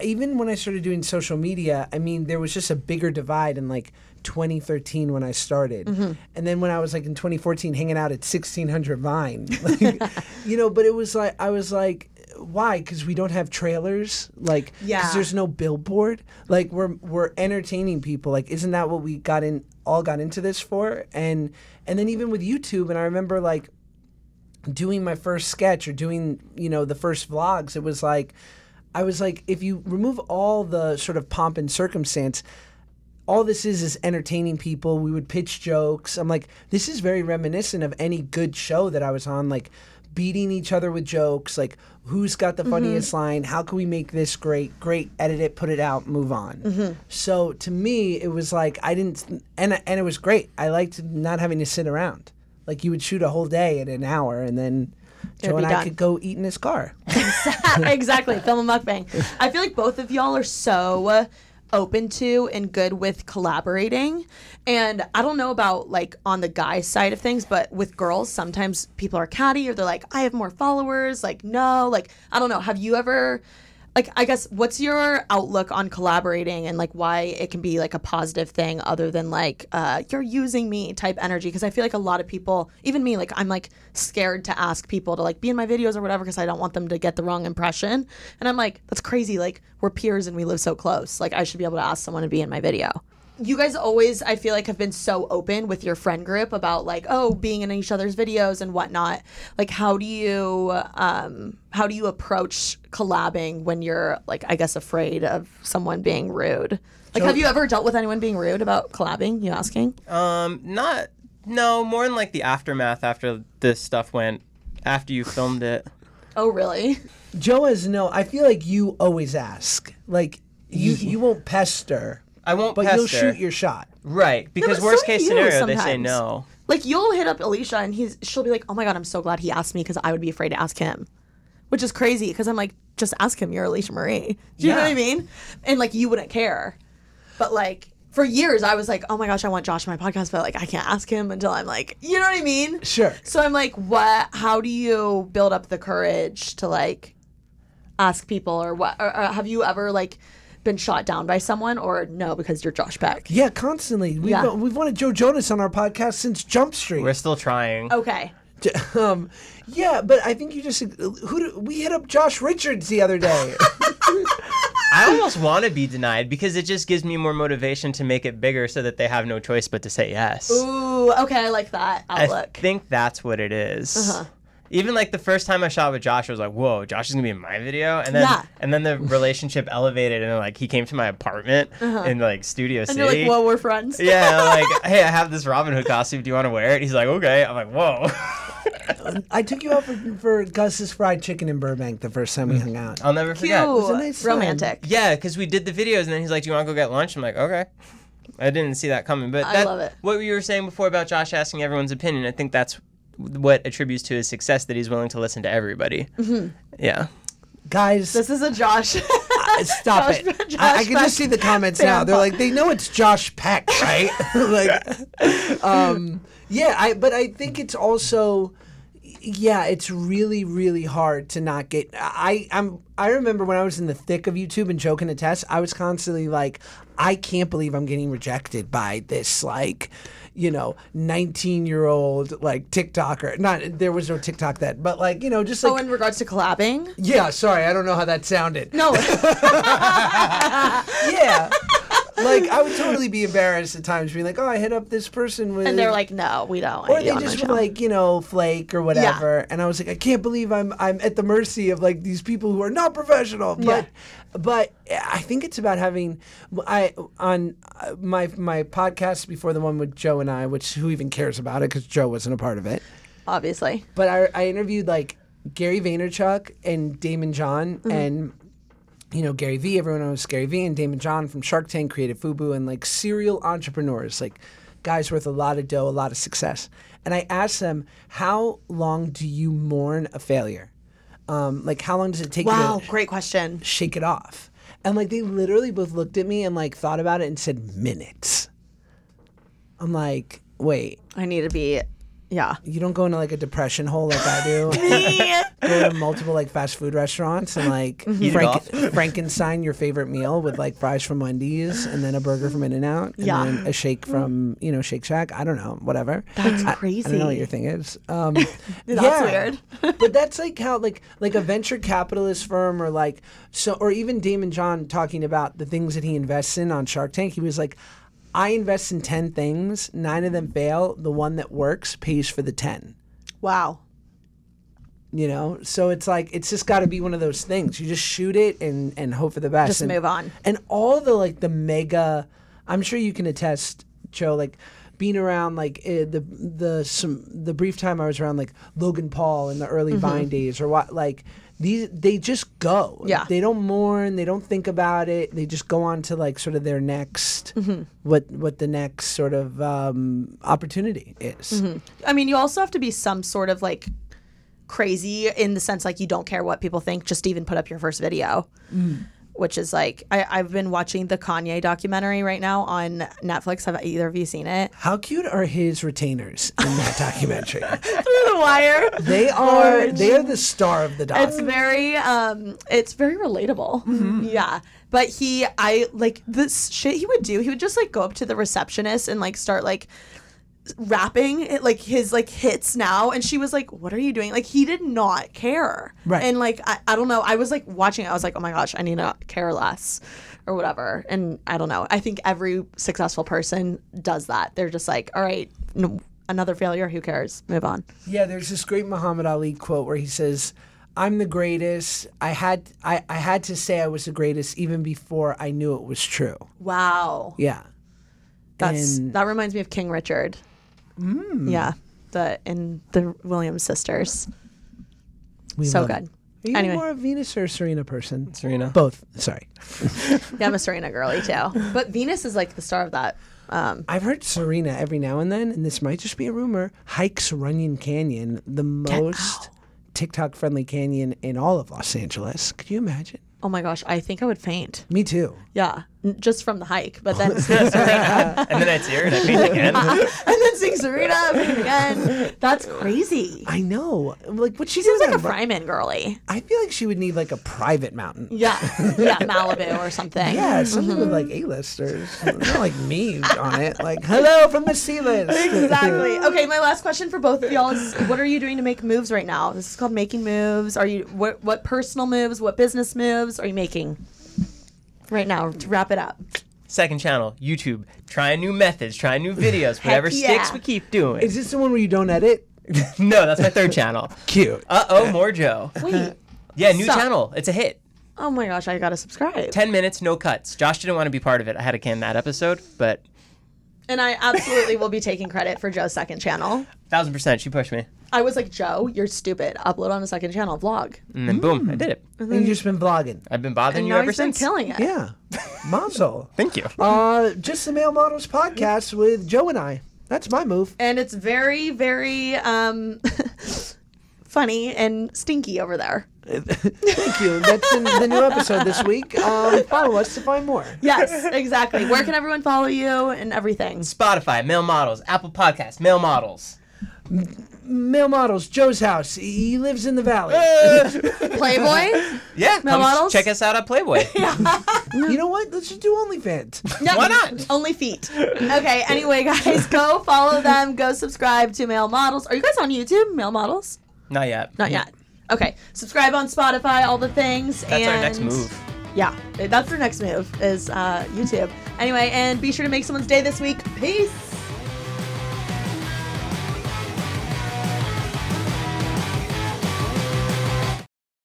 Speaker 2: even when I started doing social media. I mean, there was just a bigger divide in like 2013 when I started, and then when I was like in 2014 hanging out at 1600 Vine, like, you know. But it was like I was like, why? Because we don't have trailers, like 'cause
Speaker 4: Yeah.
Speaker 2: there's no billboard. Like we're we're entertaining people. Like isn't that what we got in all got into this for? And and then even with YouTube, and I remember like doing my first sketch or doing you know the first vlogs it was like i was like if you remove all the sort of pomp and circumstance all this is is entertaining people. We would pitch jokes. I'm like, this is very reminiscent of any good show that I was on, like beating each other with jokes, like who's got the
Speaker 4: Mm-hmm.
Speaker 2: funniest line, how can we make this great, great, edit it, put it out, move on.
Speaker 4: Mm-hmm.
Speaker 2: So to me, it was like I didn't, and and it was great. I liked not having to sit around. Like you would shoot a whole day in an hour, and then Joe
Speaker 4: be
Speaker 2: and I
Speaker 4: done.
Speaker 2: could go eat in his car.
Speaker 4: exactly. Film a mukbang. I feel like both of y'all are so open to and good with collaborating. And I don't know about like on the guy side of things, but with girls, sometimes people are catty or they're like, I have more followers. Like, no, like, I don't know. Have you ever, like, I guess, what's your outlook on collaborating and like why it can be like a positive thing other than like, uh, you're using me type energy? Because I feel like a lot of people, even me, like, I'm like scared to ask people to like be in my videos or whatever because I don't want them to get the wrong impression. And I'm like, that's crazy. Like, we're peers and we live so close. Like, I should be able to ask someone to be in my video. You guys always, I feel like, have been so open with your friend group about like, oh, being in each other's videos and whatnot. Like, how do you, um, how do you approach collabing when you're like, I guess, afraid of someone being rude? Like, have you ever dealt with anyone being rude about collabing? You asking?
Speaker 3: Um, not no, more in like the aftermath after this stuff went after you filmed it.
Speaker 4: Oh, really?
Speaker 2: Joe has no. I feel like you always ask. Like you, you won't pester.
Speaker 3: I won't
Speaker 2: But you'll
Speaker 3: pester.
Speaker 2: shoot your shot.
Speaker 3: Right, because
Speaker 4: but
Speaker 3: worst
Speaker 4: so do
Speaker 3: case
Speaker 4: you
Speaker 3: scenario they say
Speaker 4: sometimes.
Speaker 3: no.
Speaker 4: Like you'll hit up Alicia and he's she'll be like, "Oh my god, I'm so glad he asked me because I would be afraid to ask him," which is crazy because I'm like, just ask him. You're Alicia Marie. Do you know what I mean? And like you wouldn't care, but like for years I was like, "Oh my gosh, I want Josh on my podcast," but like I can't ask him until I'm like, you know what I mean?
Speaker 2: Sure.
Speaker 4: So I'm like, what? How do you build up the courage to like ask people or what? Or, or have you ever like been shot down by someone or no because you're Josh Beck?
Speaker 2: Yeah, constantly. We've,
Speaker 4: Yeah.
Speaker 2: we've wanted Joe Jonas on our podcast since Jump Street.
Speaker 3: We're still trying.
Speaker 4: Okay.
Speaker 2: Um, yeah, but I think you just who do, we hit up Josh Richards the other day.
Speaker 3: I almost want to be denied because it just gives me more motivation to make it bigger so that they have no choice but to say yes.
Speaker 4: Ooh, okay, I like that
Speaker 3: I
Speaker 4: outlook.
Speaker 3: think that's what it is.
Speaker 4: Uh-huh.
Speaker 3: Even like the first time I shot with Josh, I was like, "Whoa, Josh is gonna be in my video," and then
Speaker 4: Yeah.
Speaker 3: and then the relationship elevated, and like he came to my apartment in like Studio
Speaker 4: Uh-huh. and
Speaker 3: City.
Speaker 4: you're like, whoa, we're friends.
Speaker 3: yeah, like, hey, I have this Robin Hood costume. Do you want to wear it? He's like, okay. I'm like, whoa.
Speaker 2: I took you out for, for Gus's fried chicken in Burbank the first time we hung out.
Speaker 3: I'll never
Speaker 4: Cute.
Speaker 3: forget.
Speaker 2: was a nice time.
Speaker 4: romantic.
Speaker 3: Yeah, because we did the videos, and then he's like, "Do you want to go get lunch?" I'm like, "Okay." I didn't see that coming, but
Speaker 4: I
Speaker 3: that,
Speaker 4: love it.
Speaker 3: What you were saying before about Josh asking everyone's opinion, I think that's what attributes to his success that he's willing to listen to everybody.
Speaker 4: Mm-hmm.
Speaker 3: Yeah.
Speaker 2: Guys,
Speaker 4: This is a Josh.
Speaker 2: Uh, stop
Speaker 4: Josh-
Speaker 2: it!
Speaker 4: Josh
Speaker 2: I, I can
Speaker 4: Peck.
Speaker 2: just see the comments now. They're like, they know it's Josh Peck, right? like, um, yeah. I but I think it's also, yeah, it's really really hard to not get. I I'm I remember when I was in the thick of YouTube and joking can test. I was constantly like, I can't believe I'm getting rejected by this like. You know, nineteen-year-old like TikToker. Not there was no TikTok then, but like you know, just like
Speaker 4: oh, in regards to collabing?
Speaker 2: yeah. Sorry, I don't know how that sounded
Speaker 4: No.
Speaker 2: yeah. Like I would totally be embarrassed at times, being like, "Oh, I hit up this person with,"
Speaker 4: and they're like, no, we don't. want
Speaker 2: or
Speaker 4: you
Speaker 2: they
Speaker 4: on my
Speaker 2: just
Speaker 4: show.
Speaker 2: would like, you know, flake or whatever. And I was like, I can't believe I'm I'm at the mercy of like these people who are not professional. But but I think it's about having I on uh, my my podcast before the one with Joe and I, which who even cares about it because Joe wasn't a part of it.
Speaker 4: obviously.
Speaker 2: But I, I interviewed like Gary Vaynerchuk and Damon John and you know Gary Vee. Everyone knows Gary Vee and Damon John from Shark Tank, Creative Fubu, and like serial entrepreneurs, like guys worth a lot of dough, a lot of success. And I asked them, how long do you mourn a failure? Um, like how long does it take? you to-
Speaker 4: Wow, great question.
Speaker 2: shake it off. And like they literally both looked at me and like thought about it and said minutes. I'm like, wait,
Speaker 4: I need to be, yeah.
Speaker 2: you don't go into like a depression hole like I do. go to multiple like fast food restaurants and like
Speaker 3: it
Speaker 2: Frank- Frankenstein your favorite meal with like fries from Wendy's and then a burger from In and Out and
Speaker 4: Yeah.
Speaker 2: then a shake from you know Shake Shack. I don't know, whatever.
Speaker 4: That's
Speaker 2: I- I don't know what
Speaker 4: crazy.
Speaker 2: your thing is. Um,
Speaker 4: That's weird.
Speaker 2: but that's like how like like a venture capitalist firm or like so or even Damon John talking about the things that he invests in on Shark Tank. He was like, I invest in ten things, nine of them fail. The one that works pays for the ten.
Speaker 4: Wow.
Speaker 2: You know, so it's like it's just got to be one of those things. You just shoot it and and hope for the best.
Speaker 4: Just
Speaker 2: and,
Speaker 4: move on.
Speaker 2: And all the like the mega I'm sure you can attest, Joe. Like being around like eh, the the some the brief time I was around like Logan Paul in the early Vine days or what like these they just go.
Speaker 4: Yeah.
Speaker 2: They don't mourn. They don't think about it. They just go on to like sort of their next what what the next sort of um, opportunity is.
Speaker 4: I mean, you also have to be some sort of like crazy in the sense like you don't care what people think, just even put up your first video. Which is like I, I've been watching the Kanye documentary right now on Netflix. Have either of you seen it?
Speaker 2: How cute are his retainers in that documentary?
Speaker 4: Through the wire.
Speaker 2: They are they are the star of the doc.
Speaker 4: It's very um it's very relatable. Yeah. But he I like this shit he would do. He would just like go up to the receptionist and like start like rapping it, like his like hits now and she was like what are you doing like he did not care
Speaker 2: Right.
Speaker 4: and like I, I don't know i was like watching it i was like oh my gosh i need to care less or whatever and i don't know i think every successful person does that they're just like all right n- another failure who cares move on
Speaker 2: Yeah, there's this great Muhammad Ali quote where he says, "I'm the greatest. I had I, I had to say I was the greatest even before I knew it was true."
Speaker 4: wow
Speaker 2: Yeah.
Speaker 4: That's
Speaker 2: And-
Speaker 4: that reminds me of King Richard.
Speaker 2: Mm.
Speaker 4: Yeah, the and the Williams sisters.
Speaker 2: We
Speaker 4: so
Speaker 2: love it.
Speaker 4: good.
Speaker 2: Are you
Speaker 4: Anyway.
Speaker 2: more a Venus or a Serena person?
Speaker 3: Serena.
Speaker 2: Both. Sorry.
Speaker 4: Yeah, I'm a Serena girly too. But Venus is like the star of that. Um,
Speaker 2: I've heard Serena every now and then, and this might just be a rumor, hikes Runyon Canyon, the most
Speaker 4: Oh.
Speaker 2: TikTok friendly canyon in all of Los Angeles. Could you imagine?
Speaker 4: oh my gosh, I think I would faint.
Speaker 2: Me too.
Speaker 4: Yeah, n- just from the hike. But then seeing Serena,
Speaker 3: and then I'd see her and I'd faint again.
Speaker 4: and then seeing Serena again. That's crazy.
Speaker 2: I know. Like what she
Speaker 4: Seems like a
Speaker 2: friend.
Speaker 4: Fryman girly.
Speaker 2: I feel like she would need like a private mountain.
Speaker 4: Yeah, yeah, Malibu or something.
Speaker 2: Yeah, something with like A-listers. Not like me on it. Like, hello from the C-list.
Speaker 4: Exactly. Okay, my last question for both of y'all is: What are you doing to make moves right now? This is called making moves. Are you what? What personal moves? What business moves are you making right now? To wrap it up.
Speaker 3: Second channel, YouTube. Trying new methods, trying new videos. Whatever
Speaker 4: yeah.
Speaker 3: sticks, we keep doing.
Speaker 2: Is this the one where you don't edit?
Speaker 3: no, that's my third channel.
Speaker 2: Cute.
Speaker 3: Uh oh, more Joe.
Speaker 4: Wait.
Speaker 3: Yeah, new
Speaker 4: Stop.
Speaker 3: channel. It's a hit.
Speaker 4: Oh my gosh, I gotta subscribe.
Speaker 3: 10 minutes, no cuts. Josh didn't want to be part of it. I had to can that episode, but
Speaker 4: And I absolutely will be taking credit for Joe's second channel.
Speaker 3: 1000% she pushed me.
Speaker 4: I was like, Joe, you're stupid. Upload on a second channel vlog.
Speaker 3: And then boom, I did it.
Speaker 2: and you've just been vlogging.
Speaker 3: I've been bothering
Speaker 4: Mm. And
Speaker 3: you
Speaker 4: now
Speaker 3: ever
Speaker 4: he's been
Speaker 3: since.
Speaker 4: killing it.
Speaker 2: Yeah. Mazel.
Speaker 3: Thank you.
Speaker 2: Uh, just the Male Models podcast with Joe and I. That's my move.
Speaker 4: And it's very, very um, funny and stinky over there.
Speaker 2: Thank you. That's in the new episode this week. Um, follow us to find more.
Speaker 4: Yes, exactly. Where can everyone follow you and everything?
Speaker 3: Spotify, male models, Apple Podcasts, male models.
Speaker 2: Male Models, Joe's house. He lives in the valley.
Speaker 4: Playboy?
Speaker 3: Yeah,
Speaker 4: Male
Speaker 3: come
Speaker 4: models?
Speaker 3: check us out at Playboy.
Speaker 2: You know what? Let's just do OnlyFans.
Speaker 4: No,
Speaker 3: Why not?
Speaker 4: Only feet. Okay, anyway, guys, go follow them. Go subscribe to Male Models. Are you guys on YouTube, Male Models?
Speaker 3: Not yet.
Speaker 4: Not yet. Okay, subscribe on Spotify, all the things.
Speaker 3: That's
Speaker 4: and
Speaker 3: our next move.
Speaker 4: Yeah, that's our next move is uh, YouTube. Anyway, and be sure to make someone's day this week. Peace.